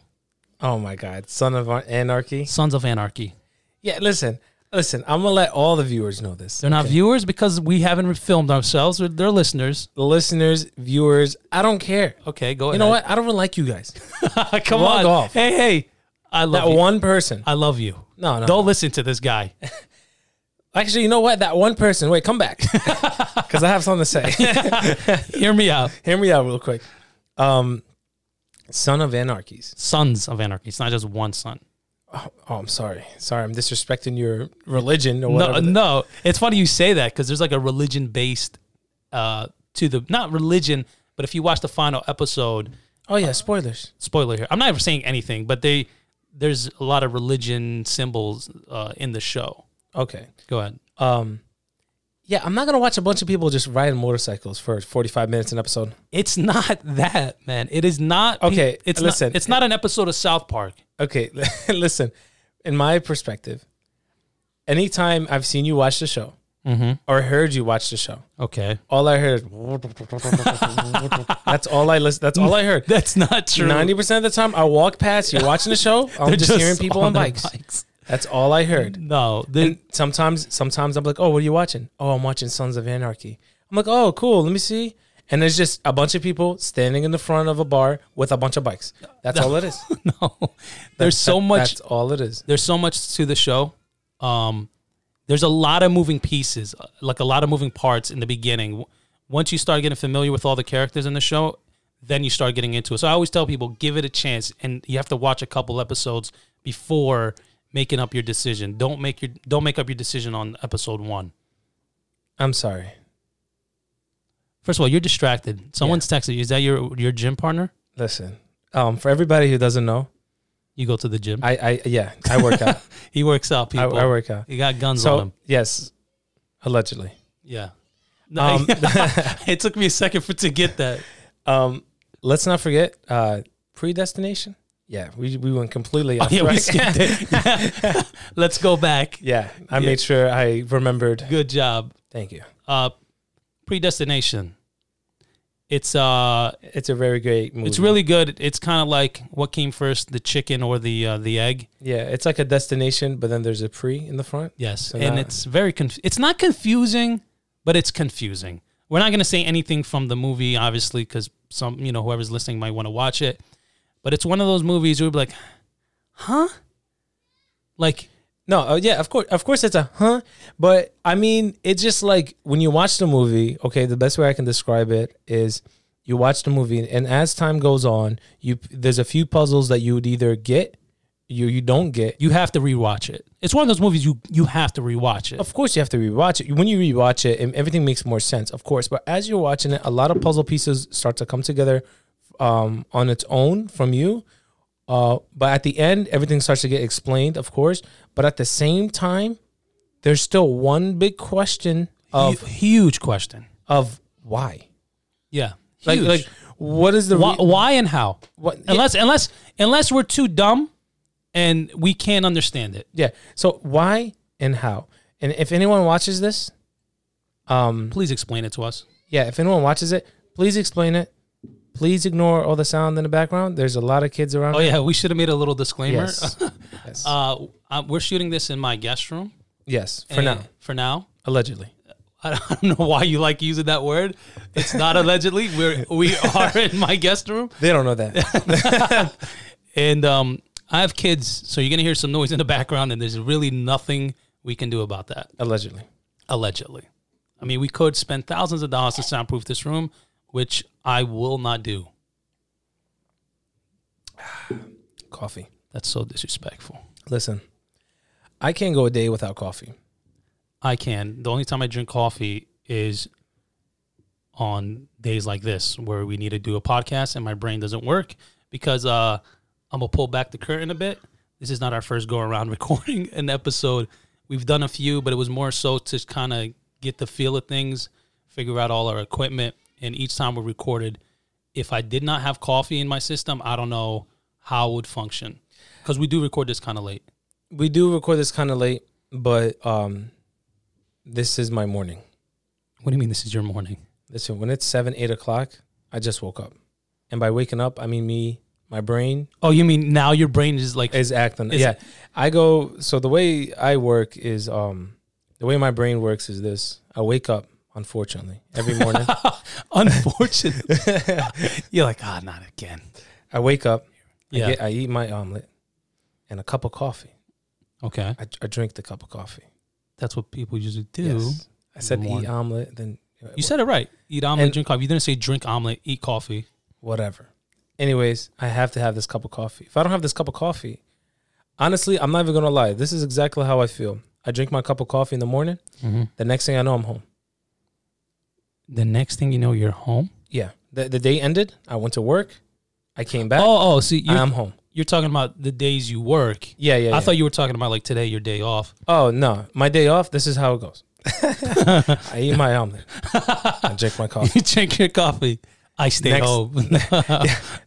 Speaker 2: Oh my God, Son of An- Anarchy.
Speaker 1: Sons of Anarchy.
Speaker 2: Yeah, listen, listen. I'm gonna let all the viewers know this.
Speaker 1: They're not viewers because we haven't re- filmed ourselves. They're- They're listeners.
Speaker 2: the listeners, viewers. I don't care.
Speaker 1: Okay, go ahead.
Speaker 2: You know what? I don't really like
Speaker 1: (laughs)
Speaker 2: you guys.
Speaker 1: what? Come
Speaker 2: Log
Speaker 1: on.
Speaker 2: off.
Speaker 1: Hey, hey. I love
Speaker 2: That
Speaker 1: you.
Speaker 2: one person.
Speaker 1: I love you.
Speaker 2: No, no.
Speaker 1: Don't listen to this guy.
Speaker 2: Actually, you know what? That one person. Wait,
Speaker 1: (laughs)
Speaker 2: come back. (laughs) Because I have something to say.
Speaker 1: Hear me out.
Speaker 2: Hear me out real quick. Um, Son of Anarchies.
Speaker 1: Sons of Anarchy. It's not just one son.
Speaker 2: Oh, I'm sorry. Sorry, I'm disrespecting your religion
Speaker 1: No,
Speaker 2: or whatever. the-
Speaker 1: no. It's funny you say that because there's like a religion based uh, to the not religion, but if you watch the final episode,
Speaker 2: Oh, yeah, spoilers.
Speaker 1: spoiler here. I'm not even saying anything, but they there's a lot of religion symbols uh, in the show.
Speaker 2: Okay.
Speaker 1: Go ahead.
Speaker 2: Um, yeah, I'm not going to watch a bunch of people just riding motorcycles for 45 minutes an episode.
Speaker 1: It's not (laughs) that, man. It is not. pe-
Speaker 2: Okay,
Speaker 1: it's
Speaker 2: listen.
Speaker 1: Not, it's not an episode of South Park.
Speaker 2: Okay, (laughs) listen. In my perspective, anytime I've seen you watch the show,
Speaker 1: Mm-hmm.
Speaker 2: or heard you watch the show.
Speaker 1: Okay.
Speaker 2: All I heard, that's all I listen. That's all
Speaker 1: (laughs)
Speaker 2: I heard.
Speaker 1: (laughs) That's not true.
Speaker 2: Ninety percent of the time, I walk past you watching the show. I'm
Speaker 1: They're
Speaker 2: just, hearing people on
Speaker 1: their
Speaker 2: bikes. That's all I heard.
Speaker 1: No, they-
Speaker 2: And sometimes, sometimes I'm like, "Oh, what are you watching?" "Oh, I'm watching Sons of Anarchy." I'm like, "Oh, cool. Let me see." And there's just a bunch of people standing in the front of a bar with a bunch of bikes.
Speaker 1: (laughs)
Speaker 2: That's all it is.
Speaker 1: (laughs) no. There's so
Speaker 2: That-
Speaker 1: much.
Speaker 2: That's all it is.
Speaker 1: There's so much to the show. Um, there's a lot of moving pieces, uh, like a lot of moving parts in the beginning. W- Once you start getting familiar with all the characters in the show, then you start getting into it. So I always tell people, give it a chance, and you have to watch a couple episodes before making up your decision. Don't make your don't make up your decision on episode one.
Speaker 2: I'm sorry.
Speaker 1: First of all, you're distracted. Someone's texting you. Is that your your gym partner?
Speaker 2: Listen, um, for everybody who doesn't know,
Speaker 1: You go to the gym.
Speaker 2: I, I yeah, I work out.
Speaker 1: he works out.
Speaker 2: I,
Speaker 1: (laughs) People.
Speaker 2: I work out.
Speaker 1: He got guns on him.
Speaker 2: So yes, allegedly.
Speaker 1: Yeah. No,
Speaker 2: Um,
Speaker 1: (laughs) it took me a second for to get that.
Speaker 2: Um, let's not forget uh, predestination. Yeah, we we went completely
Speaker 1: Oh, (laughs)
Speaker 2: off
Speaker 1: yeah, we
Speaker 2: track.
Speaker 1: skipped it. (laughs) Yeah. Let's go back.
Speaker 2: (laughs) yeah, I
Speaker 1: Yeah.
Speaker 2: made sure I remembered.
Speaker 1: Good job.
Speaker 2: Thank you.
Speaker 1: Uh, predestination. It's uh,
Speaker 2: It's a very great movie.
Speaker 1: it's really good. It's kind of like what came first, the chicken or the uh, the egg?
Speaker 2: yeah. It's like a destination, but then there's a pre in the front.
Speaker 1: Yes,
Speaker 2: So
Speaker 1: and
Speaker 2: that-
Speaker 1: it's very conf- it's not confusing, but it's confusing. We're not going to say anything from the movie, obviously, because some you know whoever's listening might want to watch it. But it's one of those movies where you'll be like, huh? Like
Speaker 2: No, uh, yeah, of course, of course, it's a huh. But I mean, it's just like when you watch the movie. Okay, the best way I can describe it is you watch the movie, and as time goes on, you there's a few puzzles that you would either get, you you don't get.
Speaker 1: you have to rewatch it. It's one of those movies you you have to rewatch it.
Speaker 2: Of course, you have to rewatch it. When you rewatch it, and everything makes more sense, of course. But as you're watching it, a lot of puzzle pieces start to come together um, on its own from you. Uh, but at the end, everything starts to get explained, of course. But at the same time, there's still one big question
Speaker 1: Hu-
Speaker 2: of
Speaker 1: huge question.
Speaker 2: of why,
Speaker 1: Yeah.
Speaker 2: like
Speaker 1: Huge.
Speaker 2: like what is the
Speaker 1: why,
Speaker 2: re-
Speaker 1: why and how?
Speaker 2: what,
Speaker 1: Unless unless unless we're too dumb and we can't understand it.
Speaker 2: yeah. So why and how? And if anyone watches this, um,
Speaker 1: Please explain it to us.
Speaker 2: yeah, if anyone watches it, please explain it. Please ignore all the sound in the background. There's a lot of kids around.
Speaker 1: Oh yeah, we should have made a little disclaimer.
Speaker 2: Yes. yes.
Speaker 1: (laughs) Uh, uh, we're shooting this in my guest room
Speaker 2: yes. For
Speaker 1: and-
Speaker 2: now,
Speaker 1: For now, (laughs)
Speaker 2: allegedly.
Speaker 1: I don't know why you like using that word. It's not allegedly. (laughs) We're we are in my guest room,
Speaker 2: They don't know that.
Speaker 1: and um, I have kids, so you're gonna hear some noise in the background, and there's really nothing we can do about that.
Speaker 2: (laughs) allegedly.
Speaker 1: Allegedly, I mean, we could spend thousands of dollars to soundproof this room, which I will not do.
Speaker 2: Coffee.
Speaker 1: That's so disrespectful.
Speaker 2: Listen, I can't go a day without coffee.
Speaker 1: I can. The only time I drink coffee is on days like this where we need to do a podcast and my brain doesn't work because uh, I'm gonna pull back the curtain a bit. This is not our first go around (laughs) recording an episode. We've done a few, but it was more so to kind of get the feel of things, figure out all our equipment, and each time we recorded, if I did not have coffee in my system, I don't know how it would function because we do record this kind of late.
Speaker 2: We do record this kind of late, but um, this is my morning.
Speaker 1: What do you mean this is your morning?
Speaker 2: Listen, when it's seven, eight o'clock, I just woke up, and by waking up, I mean me. My brain
Speaker 1: Oh, you mean now your brain is like
Speaker 2: is acting.
Speaker 1: Is-
Speaker 2: yeah, I go. So the way I work is, um, the way my brain works is this: I wake up, unfortunately, every
Speaker 1: (laughs)
Speaker 2: morning.
Speaker 1: Unfortunately, you're like, ah, not again.
Speaker 2: I wake up,
Speaker 1: Yeah.
Speaker 2: I, get, I eat my omelet, and a cup of coffee.
Speaker 1: Okay.
Speaker 2: I, I drink the cup of coffee.
Speaker 1: That's what people usually do.
Speaker 2: Yes. I said eat
Speaker 1: morning.
Speaker 2: omelet, then
Speaker 1: You said it right. Eat omelet,
Speaker 2: And-
Speaker 1: drink coffee. You didn't say drink omelet, eat coffee.
Speaker 2: whatever. Anyways, I have to have this cup of coffee. If I don't have this cup of coffee, honestly, I'm not even gonna lie. This is exactly how I feel. I drink my cup of coffee in the morning.
Speaker 1: Mm-hmm.
Speaker 2: The next thing I know, I'm home.
Speaker 1: The next thing you know, you're home.
Speaker 2: Yeah. The, the day ended. I went to work. I came back.
Speaker 1: Oh, oh, see, you're,
Speaker 2: I'm home.
Speaker 1: you're talking about the days you work.
Speaker 2: Yeah, Um, yeah.
Speaker 1: I thought you were talking about like today, your day off. (laughs)
Speaker 2: Oh no, my day off. This is how it goes. I eat
Speaker 1: (laughs)
Speaker 2: my omelet. I drink my coffee.
Speaker 1: you drink your coffee. I stay
Speaker 2: Next-
Speaker 1: home.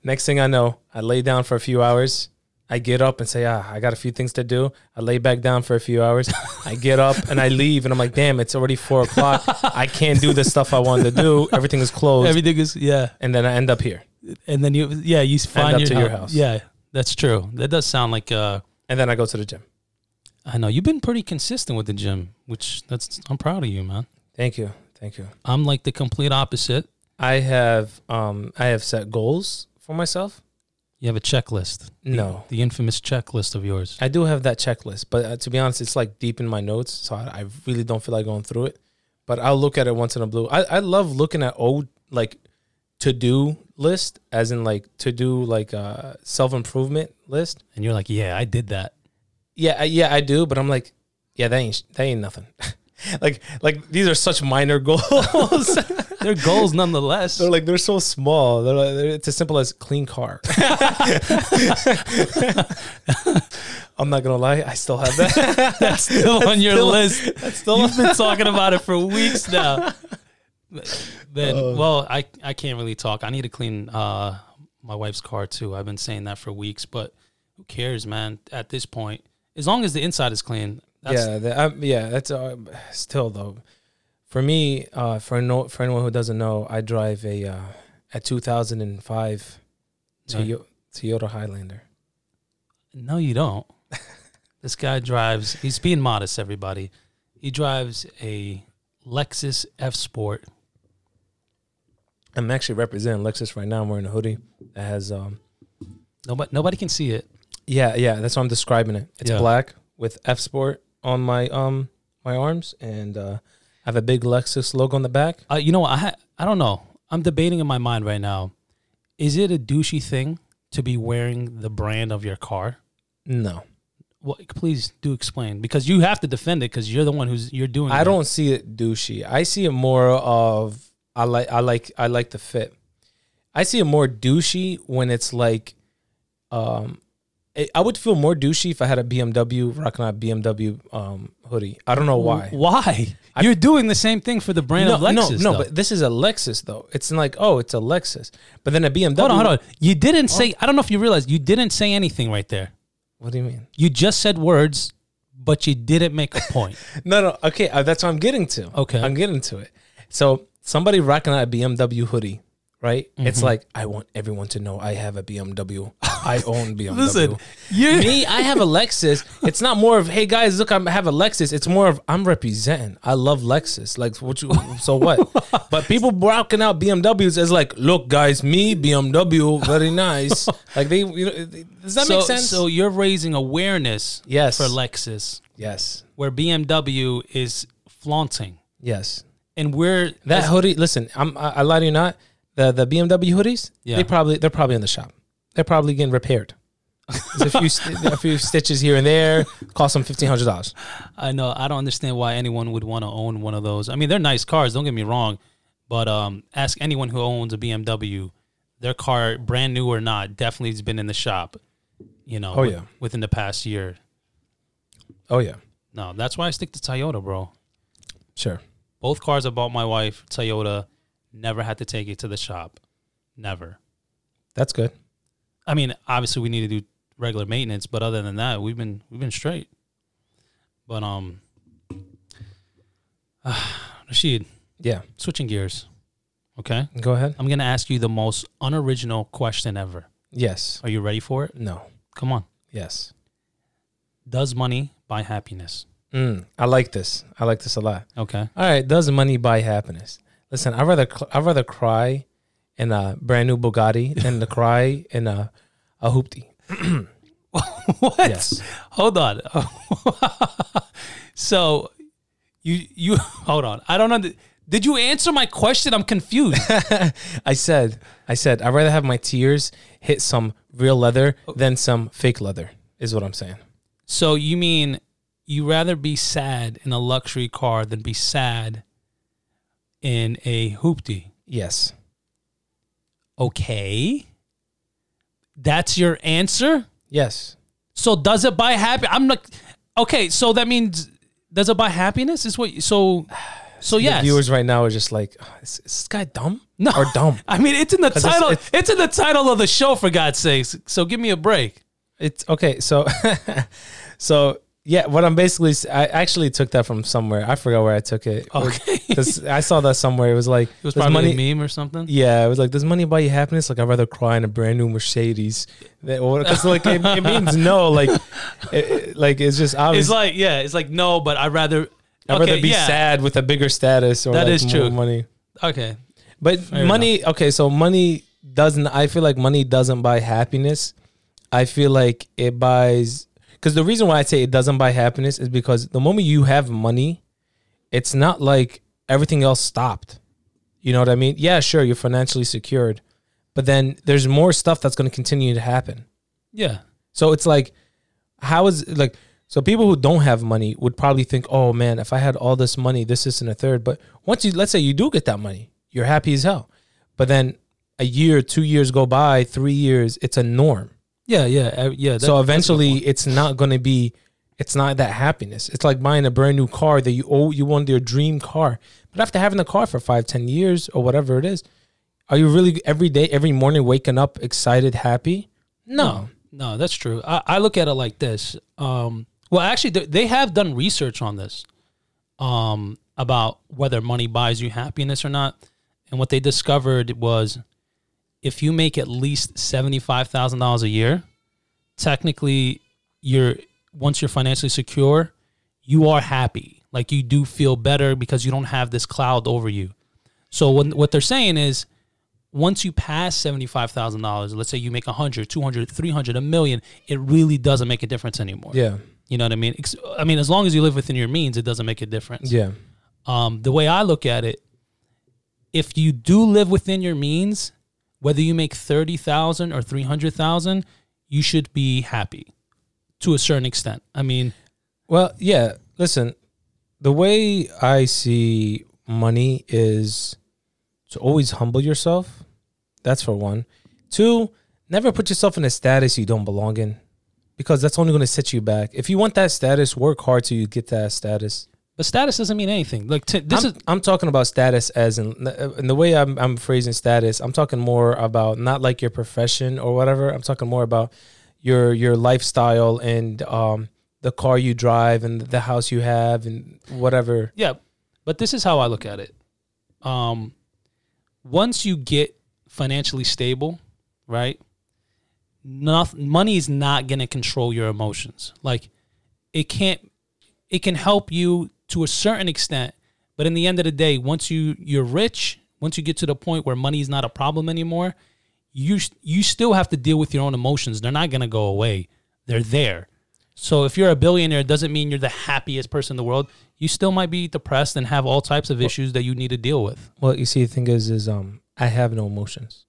Speaker 2: Next thing I know, I lay down for a few hours. I get up and say, ah, I got a few things to do. I lay back down for a few hours. I get up and I leave, and I'm like, damn, it's already four o'clock. I can't do the stuff I wanted to do. Everything is
Speaker 1: (laughs)
Speaker 2: closed,
Speaker 1: Everything is yeah,
Speaker 2: and then I end up here.
Speaker 1: and then you yeah you find
Speaker 2: up
Speaker 1: your,
Speaker 2: to your
Speaker 1: hou-
Speaker 2: house.
Speaker 1: Yeah, that's true. That does sound like uh,
Speaker 2: And then I go to the gym.
Speaker 1: I know you've been pretty consistent with the gym, which that's I'm proud of you, man.
Speaker 2: Thank you, thank you.
Speaker 1: I'm like the complete opposite.
Speaker 2: I have um I have set goals for myself.
Speaker 1: You have a checklist,
Speaker 2: No,
Speaker 1: the infamous checklist of yours.
Speaker 2: I do have that checklist, but uh, to be honest, it's like deep in my notes, so I, I really don't feel like going through it. But I'll look at it once in a blue. I, I love looking at old like to do list, as in like to do like uh, self improvement list.
Speaker 1: And you're like, yeah, I did that.
Speaker 2: Yeah, I, yeah, I do, but I'm like, yeah, that ain't sh- that ain't nothing. (laughs) like like these are such minor (laughs) goals.
Speaker 1: They're
Speaker 2: (laughs)
Speaker 1: goals nonetheless.
Speaker 2: they're like they're so small. They're like, they're, it's as simple as clean (laughs) car. I'm not gonna lie, I still have that.
Speaker 1: that's still on your
Speaker 2: still-
Speaker 1: list.
Speaker 2: (laughs) That's still
Speaker 1: You've been talking about it for weeks
Speaker 2: (laughs)
Speaker 1: now. Then,
Speaker 2: Uh.
Speaker 1: well, I I can't really talk. I need to clean uh my wife's car too. I've been saying that for weeks, but who cares, man? At this point, as long as the inside is clean, that's,
Speaker 2: yeah, that, um, yeah. That's uh, still though. For me, uh, for no, for anyone who doesn't know, I drive a uh, a 2005
Speaker 1: Nice.
Speaker 2: Toyo- Toyota Highlander.
Speaker 1: no, you
Speaker 2: (laughs)
Speaker 1: don't. this guy drives. He's being modest, everybody. He drives a Lexus F Sport.
Speaker 2: I'm actually representing Lexus right now. I'm wearing a hoodie that has um.
Speaker 1: Nobody nobody can see it.
Speaker 2: Yeah, yeah. That's why I'm describing it. It's
Speaker 1: Yeah.
Speaker 2: black with F Sport on my um my arms, and uh, I have a big Lexus logo on the back.
Speaker 1: Uh, you know, what? I ha- I don't know. I'm debating in my mind right now. Is it a douchey thing to be wearing the brand of your car?
Speaker 2: No,
Speaker 1: Well, please do explain because you have to defend it because you're the one who's you're doing.
Speaker 2: I
Speaker 1: it.
Speaker 2: don't see it douchey. I see it more of I like I like I like the fit. I see it more douchey when it's like, um, it, I would feel more douchey if I had a BMW rocking a BMW um hoodie. I don't know why.
Speaker 1: Why? you're doing the same thing for the brand
Speaker 2: No,
Speaker 1: of Lexus.
Speaker 2: no, no,
Speaker 1: though.
Speaker 2: but this is a Lexus though. It's like oh, it's a Lexus, but then a BMW.
Speaker 1: hold on, hold on. You didn't
Speaker 2: Oh.
Speaker 1: say. I don't know if you realize you didn't say anything right there.
Speaker 2: What do you mean?
Speaker 1: You just said words, but you didn't make a
Speaker 2: (laughs)
Speaker 1: point.
Speaker 2: No, no. Okay, uh, that's what I'm getting to.
Speaker 1: Okay.
Speaker 2: I'm getting to it. So somebody rocking out a BMW hoodie, right? It's
Speaker 1: Mm-hmm.
Speaker 2: like I want everyone to know I have a BMW. I own
Speaker 1: (laughs)
Speaker 2: BMW.
Speaker 1: Listen, you
Speaker 2: me, I have a Lexus. It's not more of hey guys, look, I'm- I have a Lexus. It's more of I'm representing. I love Lexus. Like what you? So what?
Speaker 1: (laughs)
Speaker 2: but people rocking out BMWs is like, look, guys, me BMW,
Speaker 1: (laughs)
Speaker 2: very nice. like they, you know, does that
Speaker 1: so,
Speaker 2: make sense?
Speaker 1: So you're raising awareness
Speaker 2: yes,
Speaker 1: for Lexus,
Speaker 2: yes,
Speaker 1: where BMW is flaunting,
Speaker 2: yes.
Speaker 1: and we're
Speaker 2: That hoodie, listen, I'm I, I lie to you not. The the BMW hoodies,
Speaker 1: Yeah.
Speaker 2: they probably they're probably in the shop. They're probably getting repaired. There's a few st- a few stitches here and there cost them fifteen hundred dollars.
Speaker 1: I know I don't understand why anyone would want to own one of those. I mean, they're nice cars. Don't get me wrong, but um, ask anyone who owns a BMW, their car, brand new or not, definitely has been in the shop. You know,
Speaker 2: Oh,
Speaker 1: wi-
Speaker 2: yeah.
Speaker 1: within the past year.
Speaker 2: Oh yeah,
Speaker 1: No, that's why I stick to Toyota, bro.
Speaker 2: sure.
Speaker 1: Both cars I bought my wife Toyota, never had to take it to the shop, never.
Speaker 2: That's good.
Speaker 1: I mean, obviously we need to do regular maintenance, but other than that, we've been we've been straight. But um, (sighs) Rashid,
Speaker 2: Yeah.
Speaker 1: switching gears. Okay.
Speaker 2: Go ahead.
Speaker 1: I'm going to ask you the most unoriginal question ever.
Speaker 2: Yes.
Speaker 1: Are you ready for it?
Speaker 2: No.
Speaker 1: Come on.
Speaker 2: Yes.
Speaker 1: Does money buy happiness?
Speaker 2: Mm, I like this. I like this a lot.
Speaker 1: Okay.
Speaker 2: All right. Does money buy happiness? Listen, I rather cl- I rather cry in a brand new Bugatti than to cry in a a hoopty.
Speaker 1: (laughs) what?
Speaker 2: Yes.
Speaker 1: Hold on. (laughs) so you you hold on. I don't know. Did you answer my question? I'm
Speaker 2: (laughs)
Speaker 1: confused.
Speaker 2: I said, I said, I'd rather have my tears hit some real leather
Speaker 1: Oh.
Speaker 2: than some fake leather. Is what I'm saying.
Speaker 1: so you mean you rather be sad in a luxury car than be sad in a hoopty?
Speaker 2: Yes.
Speaker 1: Okay. That's your answer?
Speaker 2: Yes.
Speaker 1: So does it buy happy? I'm like, okay. So that means does it buy happiness? Is what? So, so yes.
Speaker 2: The viewers right now are just like, "Oh, is, is this guy dumb?
Speaker 1: No.
Speaker 2: Or dumb? (laughs)
Speaker 1: I mean, it's in the
Speaker 2: it's-
Speaker 1: title. It's,
Speaker 2: it's-
Speaker 1: in the title of the show, for God's sakes. So give me a break.
Speaker 2: It's okay. So, (laughs) so yeah, what I'm basically, s- I actually took that from somewhere. I forgot where I took it.
Speaker 1: Okay, it
Speaker 2: Because I saw that somewhere. It was like,
Speaker 1: was
Speaker 2: does
Speaker 1: probably
Speaker 2: money,
Speaker 1: a meme or something.
Speaker 2: Yeah, it was like, does money buy you happiness? Like, I'd rather cry in a brand new Mercedes. Because, like, it, it means no.
Speaker 1: (laughs)
Speaker 2: Like, it- it, like it's just
Speaker 1: It's
Speaker 2: obvious.
Speaker 1: like yeah, it's like no, but I'd rather.
Speaker 2: I'd
Speaker 1: okay,
Speaker 2: rather be
Speaker 1: yeah.
Speaker 2: sad with a bigger status or
Speaker 1: That
Speaker 2: like,
Speaker 1: is
Speaker 2: more
Speaker 1: true.
Speaker 2: money.
Speaker 1: Okay,
Speaker 2: But
Speaker 1: Fair
Speaker 2: money, okay, so money doesn't, I feel like money doesn't buy happiness. I feel like it buys, because the reason why I say it doesn't buy happiness is because the moment you have money, it's not like everything else stopped. You know what I mean? Yeah, sure, you're financially secured, but then there's more stuff that's going to continue to happen.
Speaker 1: yeah,
Speaker 2: So it's like, how is like, so people who don't have money would probably think, oh man, if I had all this money, this isn't a third. But once you, let's say you do get that money, you're happy as hell. But then a year, two years go by, three years, it's a norm.
Speaker 1: yeah, yeah, uh, yeah. that-
Speaker 2: so eventually it's not going to be, it's not that happiness. It's like buying a brand new car that you, oh, you wanted your dream car. But after having the car for five, ten years or whatever it is, are you really every day, every morning waking up excited, happy? No.
Speaker 1: No, that's true. I, I look at it like this. Um, well, actually, th- they have done research on this um, about whether money buys you happiness or not. And what they discovered was if you make at least $75,000 a year, technically, you're once you're financially secure, you are happy. Like you do feel better because you don't have this cloud over you. So when, what they're saying is once you pass $75,000, let's say you make 100, 200, 300, a million, it really doesn't make a difference anymore.
Speaker 2: Yeah.
Speaker 1: You know what I mean? Ex- I mean, as long as you live within your means, it doesn't make a difference.
Speaker 2: Yeah.
Speaker 1: Um, the way I look at it, if you do live within your means, whether you make 30,000 or 300,000, you should be happy to a certain extent. I mean,
Speaker 2: Well, yeah. Listen, the way I see money is to always humble yourself. That's for one. Two, never put yourself in a status you don't belong in because that's only going to set you back. If you want that status, work hard till you get that status.
Speaker 1: but status doesn't mean anything. Like t- this
Speaker 2: I'm,
Speaker 1: is
Speaker 2: I'm talking about status as in, uh, in the way I'm, I'm phrasing status. I'm talking more about not like your profession or whatever. I'm talking more about your your lifestyle and um, the car you drive and the house you have and whatever.
Speaker 1: yeah, but this is how I look at it. Um, once you get financially stable, right? Nothing, money is not going to control your emotions. Like it can't. It can help you to a certain extent, but in the end of the day, once you you're rich, once you get to the point where money is not a problem anymore, you s- you still have to deal with your own emotions. They're not going to go away. They're there. So if you're a billionaire, it doesn't mean you're the happiest person in the world. You still might be depressed and have all types of issues that you need to deal with.
Speaker 2: Well, you see, the thing is, is um, I have no (laughs) emotions.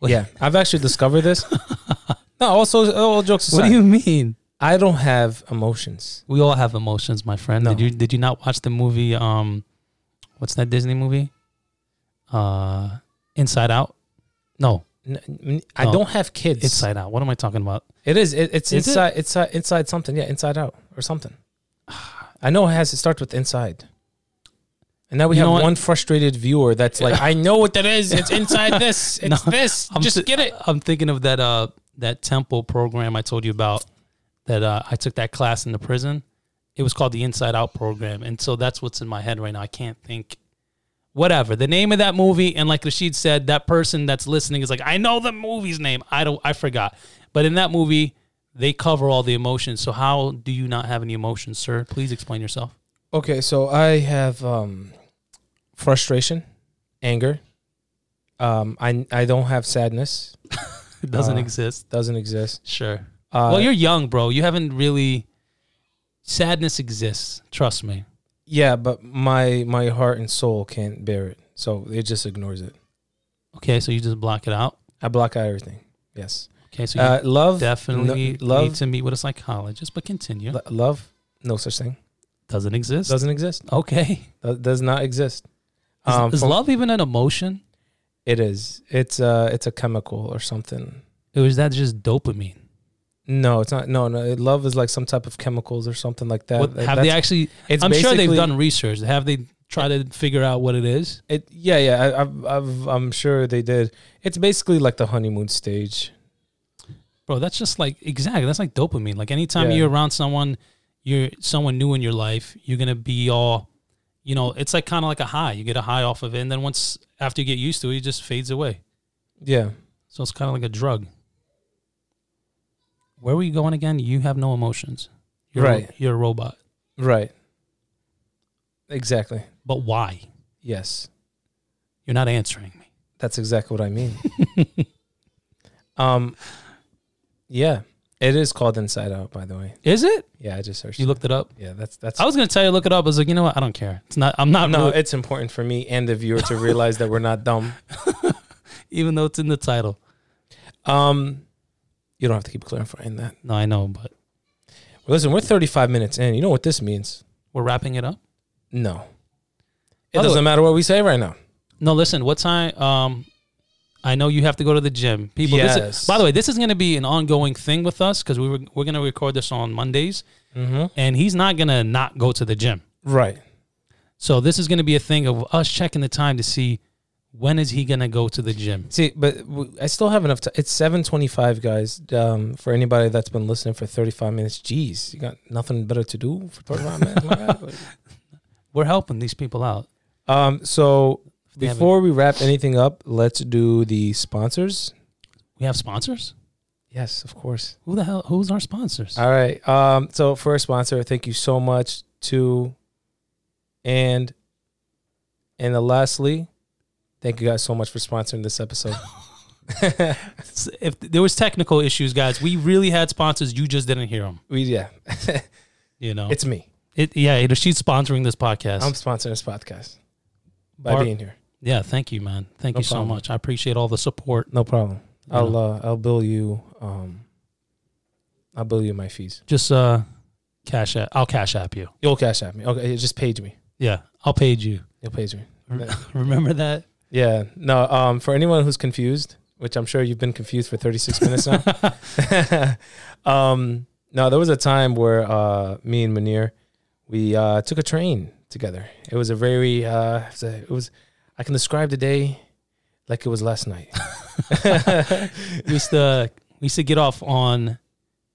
Speaker 2: yeah, I've actually discovered this. (laughs) no, also, all jokes aside,
Speaker 1: you mean?
Speaker 2: I don't have emotions.
Speaker 1: We all have emotions, my friend. Did
Speaker 2: No.
Speaker 1: you did you not watch the movie? Um, what's that Disney movie? Uh, Inside Out. No,
Speaker 2: N- n- I
Speaker 1: No.
Speaker 2: don't have kids.
Speaker 1: Inside Out. What am I talking about?
Speaker 2: It is. It, it's
Speaker 1: Is it?
Speaker 2: inside. It's uh, inside something. Yeah, inside out or something. I know it has to start with inside. And now we
Speaker 1: You know
Speaker 2: have
Speaker 1: what?
Speaker 2: one frustrated viewer that's like, I know what that is. It's (laughs) inside this. It's
Speaker 1: No,
Speaker 2: this.
Speaker 1: I'm
Speaker 2: Just
Speaker 1: si-
Speaker 2: get it.
Speaker 1: I'm thinking of that uh that temple program I told you about that uh, I took that class in the prison. It was called the Inside Out program, and so that's what's in my head right now. I can't think. Whatever the name of that movie, and like Rashid said, that person that's listening is like, I know the movie's name. I don't. I forgot. But in that movie, they cover all the emotions. So how do you not have any emotions, sir? Please explain yourself.
Speaker 2: Okay, so I have um, frustration, anger. Um, I I don't have sadness.
Speaker 1: It doesn't
Speaker 2: Uh,
Speaker 1: exist.
Speaker 2: Doesn't exist.
Speaker 1: Sure.
Speaker 2: Uh,
Speaker 1: well, you're young, bro. You haven't really. Sadness exists. Trust me.
Speaker 2: yeah, but my my heart and soul can't bear it, so it just ignores it.
Speaker 1: Okay, so you just block it out.
Speaker 2: I block out everything. Yes.
Speaker 1: Okay, so you
Speaker 2: Uh, love
Speaker 1: definitely
Speaker 2: no- love
Speaker 1: need to meet with a psychologist, but continue.
Speaker 2: Lo- love no such thing
Speaker 1: Doesn't exist.
Speaker 2: doesn't exist
Speaker 1: okay.
Speaker 2: Do- does not exist
Speaker 1: Is,
Speaker 2: um,
Speaker 1: is
Speaker 2: from-
Speaker 1: love even an emotion?
Speaker 2: it is it's uh it's a chemical or something
Speaker 1: Or is that just dopamine?
Speaker 2: no it's not no no it- love is like some type of chemicals or something like that
Speaker 1: What-
Speaker 2: Like,
Speaker 1: have they
Speaker 2: that's-
Speaker 1: actually?
Speaker 2: it's
Speaker 1: I'm sure they've
Speaker 2: basically-
Speaker 1: done research. Have they tried to figure out what it is?
Speaker 2: it yeah yeah I, I've, I've i'm sure they did it's basically like the honeymoon stage
Speaker 1: bro, that's just like exactly that's like dopamine. Like anytime
Speaker 2: Yeah.
Speaker 1: you're around someone, you're someone new in your life, you're gonna be all, you know, it's like kind of like a high. You get a high off of it, and then once after you get used to it, it just fades away.
Speaker 2: Yeah.
Speaker 1: So it's kind of like a drug. Where were you going again? You have no emotions. You're a-
Speaker 2: Right.
Speaker 1: you're a robot.
Speaker 2: Right. Exactly.
Speaker 1: But why?
Speaker 2: Yes.
Speaker 1: You're not answering me.
Speaker 2: That's exactly what I
Speaker 1: (laughs)
Speaker 2: mean. um yeah. It is called Inside Out, by the way.
Speaker 1: Is it?
Speaker 2: Yeah, I just searched.
Speaker 1: You looked it up.
Speaker 2: it. Yeah, that's that's
Speaker 1: I was gonna tell you to look it up. I was like, you know what? I don't care. It's not. I'm not.
Speaker 2: Oh, no,
Speaker 1: really-
Speaker 2: it's important for me and the viewer to realize that we're not (laughs) dumb.
Speaker 1: even though it's in the title.
Speaker 2: Um you don't have to keep clarifying that.
Speaker 1: No, I know, but
Speaker 2: Well, listen, we're 35 minutes in. You know what this means?
Speaker 1: we're wrapping it up.
Speaker 2: No. It
Speaker 1: By the
Speaker 2: doesn't matter what we say right now.
Speaker 1: No, listen. What time? Um, I know you have to go to the gym. People. This
Speaker 2: Yes.
Speaker 1: is, by the way, this is going to be an ongoing thing with us because we were we're going to record this on Mondays,
Speaker 2: Mm-hmm.
Speaker 1: and he's not going to not go to the gym.
Speaker 2: Right.
Speaker 1: So this is going to be a thing of us checking the time to see when is he going to go to the gym.
Speaker 2: See, but w- I still have enough time. It's seven twenty-five, guys. Um, for anybody that's been listening for thirty-five minutes, jeez, you got nothing better to do for thirty-five minutes. my God.
Speaker 1: We're helping these people out.
Speaker 2: (laughs) Um, so
Speaker 1: They haven't-
Speaker 2: before we wrap anything up, let's do the sponsors.
Speaker 1: we have sponsors.
Speaker 2: Yes, of course.
Speaker 1: Who the hell? Who's our sponsors?
Speaker 2: All right. Um, so for a sponsor, thank you so much to, and, and then lastly, thank you guys so much for sponsoring this
Speaker 1: (laughs)
Speaker 2: episode.
Speaker 1: if there was technical issues, guys, we really had sponsors. You just didn't hear them.
Speaker 2: we yeah,
Speaker 1: You know,
Speaker 2: it's me.
Speaker 1: It, yeah, it, she's sponsoring this podcast.
Speaker 2: I'm sponsoring this podcast by
Speaker 1: Bar-
Speaker 2: being here.
Speaker 1: yeah, thank you, man. Thank
Speaker 2: No
Speaker 1: you so
Speaker 2: problem.
Speaker 1: much. I appreciate all the support.
Speaker 2: No problem.
Speaker 1: you
Speaker 2: I'll
Speaker 1: know.
Speaker 2: uh, I'll bill you. Um, I'll bill you my fees.
Speaker 1: Just uh, cash app. I'll cash app you.
Speaker 2: You'll cash at me. Okay, just page me.
Speaker 1: Yeah, I'll page you. (laughs)
Speaker 2: You'll page me.
Speaker 1: Re- Remember that?
Speaker 2: Yeah. No. Um, for anyone who's confused, which I'm sure you've been confused for 36 minutes (laughs) now. um, no, there was a time where uh, me and Munir, we uh, took a train together. It was a very. Uh, it was a- it was. I can describe the day like it was last night.
Speaker 1: We used to we used to get off on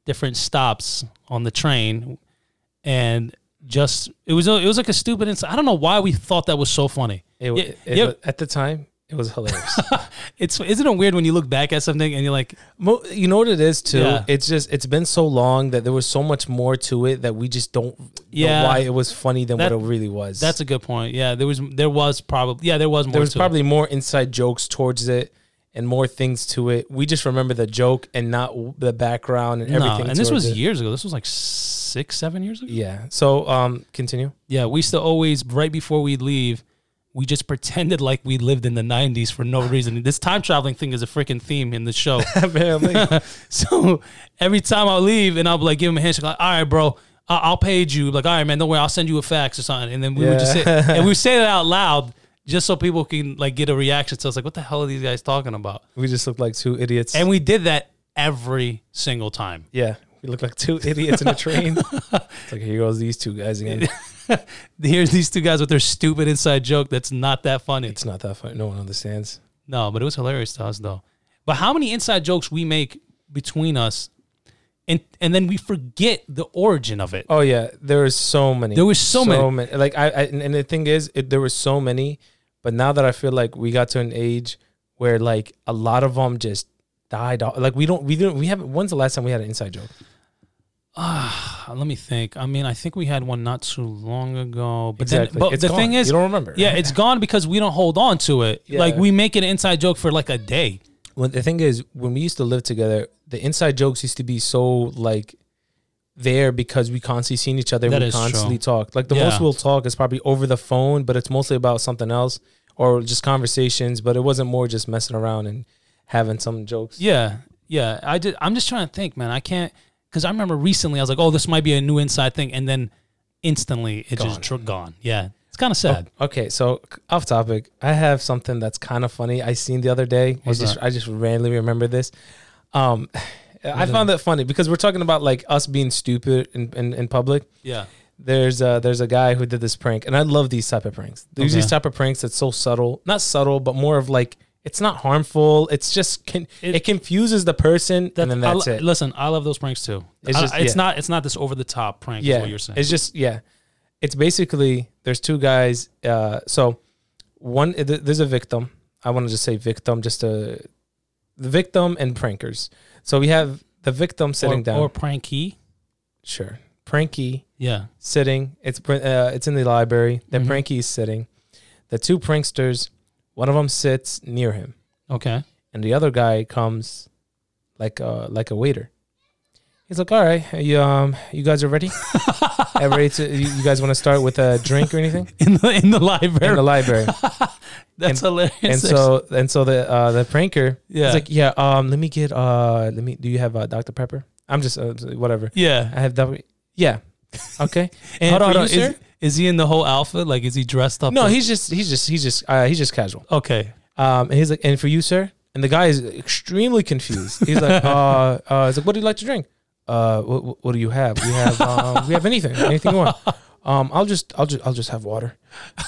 Speaker 1: different stops on the train, and just it was a, it was like a stupid. Inc- I don't know why we thought that was so funny.
Speaker 2: (laughs) It,
Speaker 1: Yeah,
Speaker 2: it, it,
Speaker 1: yeah.
Speaker 2: wa- At the time, it was hilarious.
Speaker 1: It's isn't it weird when you look back at something and you're like,
Speaker 2: (laughs) Mo- you know what it is too.
Speaker 1: Yeah.
Speaker 2: It's just it's been so long that there was so much more to it that we just don't
Speaker 1: Yeah.
Speaker 2: know why it was funny than
Speaker 1: That-
Speaker 2: what it really was.
Speaker 1: that's a good point. Yeah, there was there was probably yeah there was more.
Speaker 2: there was
Speaker 1: to it.
Speaker 2: probably more inside jokes towards it and more things to it. We just remember the joke and not w- the background and everything.
Speaker 1: and this was
Speaker 2: towards it.
Speaker 1: years ago. This was like six, seven years ago.
Speaker 2: yeah. So um,
Speaker 1: (laughs)
Speaker 2: continue.
Speaker 1: Yeah, we used to always right before we'd leave, we just pretended like we lived in the '90s for no reason. This time traveling thing is a freaking theme in the show.
Speaker 2: Apparently,
Speaker 1: (laughs) so every time I leave, and I'll be like, give him a handshake, like, all right, bro. I- I'll page you like, all right, man, don't worry, I'll send you a fax or something, and then we would just say,
Speaker 2: Yeah.
Speaker 1: and we would say it out loud just so people can like get a reaction. So it's like, what the hell are these guys talking about?
Speaker 2: (laughs) we just looked like two idiots.
Speaker 1: And we did that every single time.
Speaker 2: yeah, we looked like two idiots in
Speaker 1: (laughs)
Speaker 2: a train. it's like here goes these two guys again.
Speaker 1: Here's these two guys with their stupid inside joke that's not that funny.
Speaker 2: it's not that funny. No one understands.
Speaker 1: No, but it was hilarious to us though. But how many inside jokes we make between us, and and then we forget the origin of it.
Speaker 2: Oh yeah, there were so many.
Speaker 1: There were so many.
Speaker 2: Like I, I and and the thing is, it, there were so many. But now that I feel like we got to an age where like a lot of them just died off. Like we don't, we didn't, we haven't. When's the last time we had an inside joke?
Speaker 1: Uh, Let me think. I mean, I think we had one not too long ago. But then,
Speaker 2: Exactly.
Speaker 1: but
Speaker 2: It's
Speaker 1: the
Speaker 2: gone.
Speaker 1: thing is,
Speaker 2: you don't remember.
Speaker 1: yeah, it's gone because we don't hold on to it.
Speaker 2: Yeah.
Speaker 1: Like we make it an inside joke for like a day.
Speaker 2: Well, the thing is, when we used to live together, the inside jokes used to be so like there because we constantly seen each other.
Speaker 1: That
Speaker 2: we
Speaker 1: is
Speaker 2: constantly
Speaker 1: true.
Speaker 2: talk. Like the
Speaker 1: Yeah.
Speaker 2: most we'll talk is probably over the phone, but it's mostly about something else or just conversations. But it wasn't more just messing around and having some jokes.
Speaker 1: Yeah, yeah. I did. I'm just trying to think, man. I can't because I remember recently I was like, oh, this might be a new inside thing, and then instantly it just tr- gone. Yeah, it's
Speaker 2: Oh.
Speaker 1: kind of sad.
Speaker 2: Okay, so c- off topic, I have something that's kind of funny I seen the other day. I
Speaker 1: What's
Speaker 2: just
Speaker 1: that?
Speaker 2: I just randomly remember this. Um, (sighs) I found that funny because we're talking about like us being stupid in, in, in public.
Speaker 1: Yeah.
Speaker 2: there's a there's a guy who did this prank, and I love these type of pranks. There's
Speaker 1: Okay.
Speaker 2: these type of pranks that's so subtle, not subtle, but more of like It's not harmful. It's just con- it,
Speaker 1: It-
Speaker 2: confuses the person,
Speaker 1: That-
Speaker 2: and then
Speaker 1: I
Speaker 2: that's
Speaker 1: lo-
Speaker 2: it.
Speaker 1: Listen, I love those pranks too.
Speaker 2: It's
Speaker 1: It's,
Speaker 2: just-
Speaker 1: it's
Speaker 2: yeah.
Speaker 1: not it's not this over the top prank.
Speaker 2: yeah,
Speaker 1: is what you're saying.
Speaker 2: it's just yeah. It's basically there's two guys. Uh, so one th- there's a victim. I want to just say victim, just to the victim and prankers. So we have the victim sitting
Speaker 1: or,
Speaker 2: down.
Speaker 1: or pranky.
Speaker 2: sure, pranky
Speaker 1: Yeah,
Speaker 2: sitting. It's pr- uh, it's in the library. The
Speaker 1: Mhm.
Speaker 2: pranky is sitting. The two pranksters, one of them sits near him,
Speaker 1: okay. (laughs)
Speaker 2: and the other guy comes like a like a waiter. He's like, "All right, you, um, you guys are ready? Are ready to, you you guys want to start with a drink or anything
Speaker 1: In the in the library.
Speaker 2: in the library?"
Speaker 1: That's hilarious.
Speaker 2: and so and so the uh, the pranker,
Speaker 1: (laughs) yeah,
Speaker 2: he's like, "Yeah, um, let me get uh, let me. Do you have uh, Dr Pepper? I'm just uh, whatever.
Speaker 1: yeah.
Speaker 2: I have Dr. Yeah, okay. And
Speaker 1: hold on,
Speaker 2: for
Speaker 1: hold
Speaker 2: you,
Speaker 1: on. Is,
Speaker 2: sir?
Speaker 1: is he in the whole outfit? Like, is he dressed up?
Speaker 2: No,
Speaker 1: in-
Speaker 2: he's just he's just he's just uh, he's just casual.
Speaker 1: okay.
Speaker 2: Um, and he's like, and for you, sir. And the guy is extremely confused. He's like, uh, uh, he's like, what do you like to drink? Uh, what, what do you have? We have, um, we have anything, anything you want. Um, I'll just, I'll just, I'll just have water.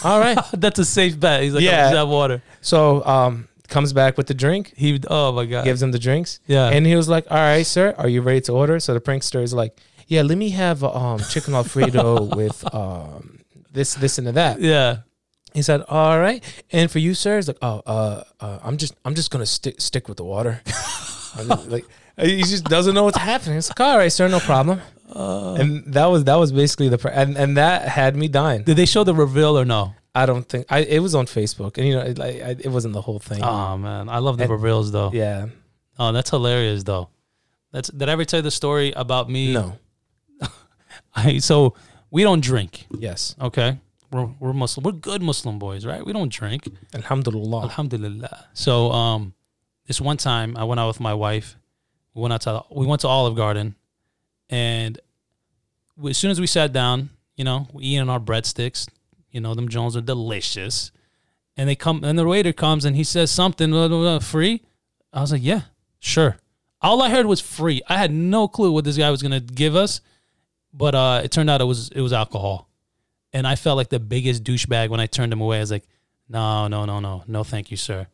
Speaker 2: All right.
Speaker 1: That's a safe bet. He's like,
Speaker 2: Yeah.
Speaker 1: yeah, that water.
Speaker 2: So, um, comes back with the drink,
Speaker 1: He. Oh my god.
Speaker 2: gives him the drinks,
Speaker 1: yeah.
Speaker 2: and he was like, all right, sir, are you ready to order? So the prankster is like, yeah, let me have um chicken alfredo with um this, this, and that.
Speaker 1: yeah.
Speaker 2: He said, "All right." And for you, sir, he's like, "Oh, uh, uh, I'm just, I'm just gonna stick, stick with the water." (laughs) I'm just like uh, he just doesn't know what's happening. It's like, "All right, sir, no problem."
Speaker 1: Oh. Uh,
Speaker 2: and that was that was basically the pr- and and that had me dying.
Speaker 1: Did they show the reveal or no?
Speaker 2: I don't think I it was on Facebook, and you know, it, like I, it wasn't the whole thing.
Speaker 1: Oh man, I love the
Speaker 2: And-
Speaker 1: reveals though.
Speaker 2: yeah,
Speaker 1: Oh, that's hilarious though. That's did I ever tell you the story about me?
Speaker 2: no,
Speaker 1: I, so we don't drink.
Speaker 2: yes,
Speaker 1: Okay, we're we're Muslim. We're good Muslim boys, right? We don't drink.
Speaker 2: alhamdulillah.
Speaker 1: Alhamdulillah. So um, this one time I went out with my wife. We went out to we went to Olive Garden, and we- as soon as we sat down, you know, we eating our breadsticks. You know, them Jones are delicious. And they come, and the waiter comes, and he says something blah, blah, blah, free. I was like, yeah, sure. All I heard was free. I had no clue what this guy was gonna give us, but uh, it turned out it was it was alcohol, and I felt like the biggest douchebag when I turned him away. I was like, no, no, no, no, no, thank you, sir.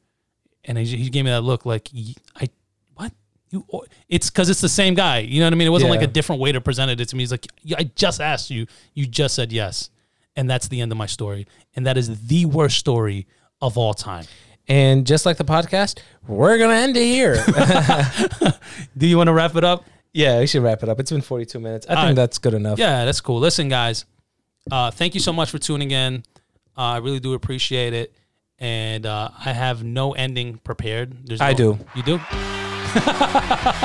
Speaker 1: And he, he gave me that look like "Y- I what you? or-" It's because it's the same guy. You know what I mean? It wasn't like
Speaker 2: Yeah.
Speaker 1: a different waiter presented it to me. He's like, "Yeah, I just asked you. You just said yes, and that's the end of my story. And that is the worst story of all time.
Speaker 2: And just like the podcast, we're gonna end
Speaker 1: (laughs)
Speaker 2: it here.
Speaker 1: Do you want to wrap it up?
Speaker 2: yeah, we should wrap it up. It's been 42 minutes. I think
Speaker 1: right.
Speaker 2: that's good enough.
Speaker 1: Yeah, that's cool. Listen, guys, uh, thank you so much for tuning in. Uh, I really do appreciate it. And uh, I have no ending prepared. There's
Speaker 2: I
Speaker 1: no-
Speaker 2: do.
Speaker 1: You do? (laughs)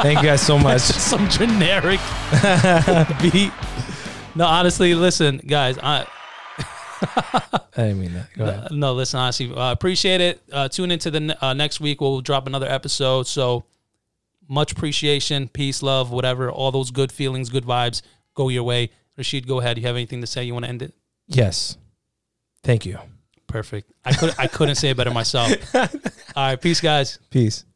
Speaker 2: Thank you guys so much.
Speaker 1: Just some
Speaker 2: (laughs)
Speaker 1: generic beat. No, honestly, listen, guys. I
Speaker 2: I didn't mean that. Go ahead.
Speaker 1: no, listen, honestly, uh, appreciate it. Uh, tune into the ne- uh, next week. We'll drop another episode. So much appreciation, peace, love, whatever. All those good feelings, good vibes, go your way. Rashid, go ahead. You have anything to say? You want to end it?
Speaker 2: Yes. Thank you.
Speaker 1: Perfect. I could I couldn't say it better myself. All right, peace, guys.
Speaker 2: Peace.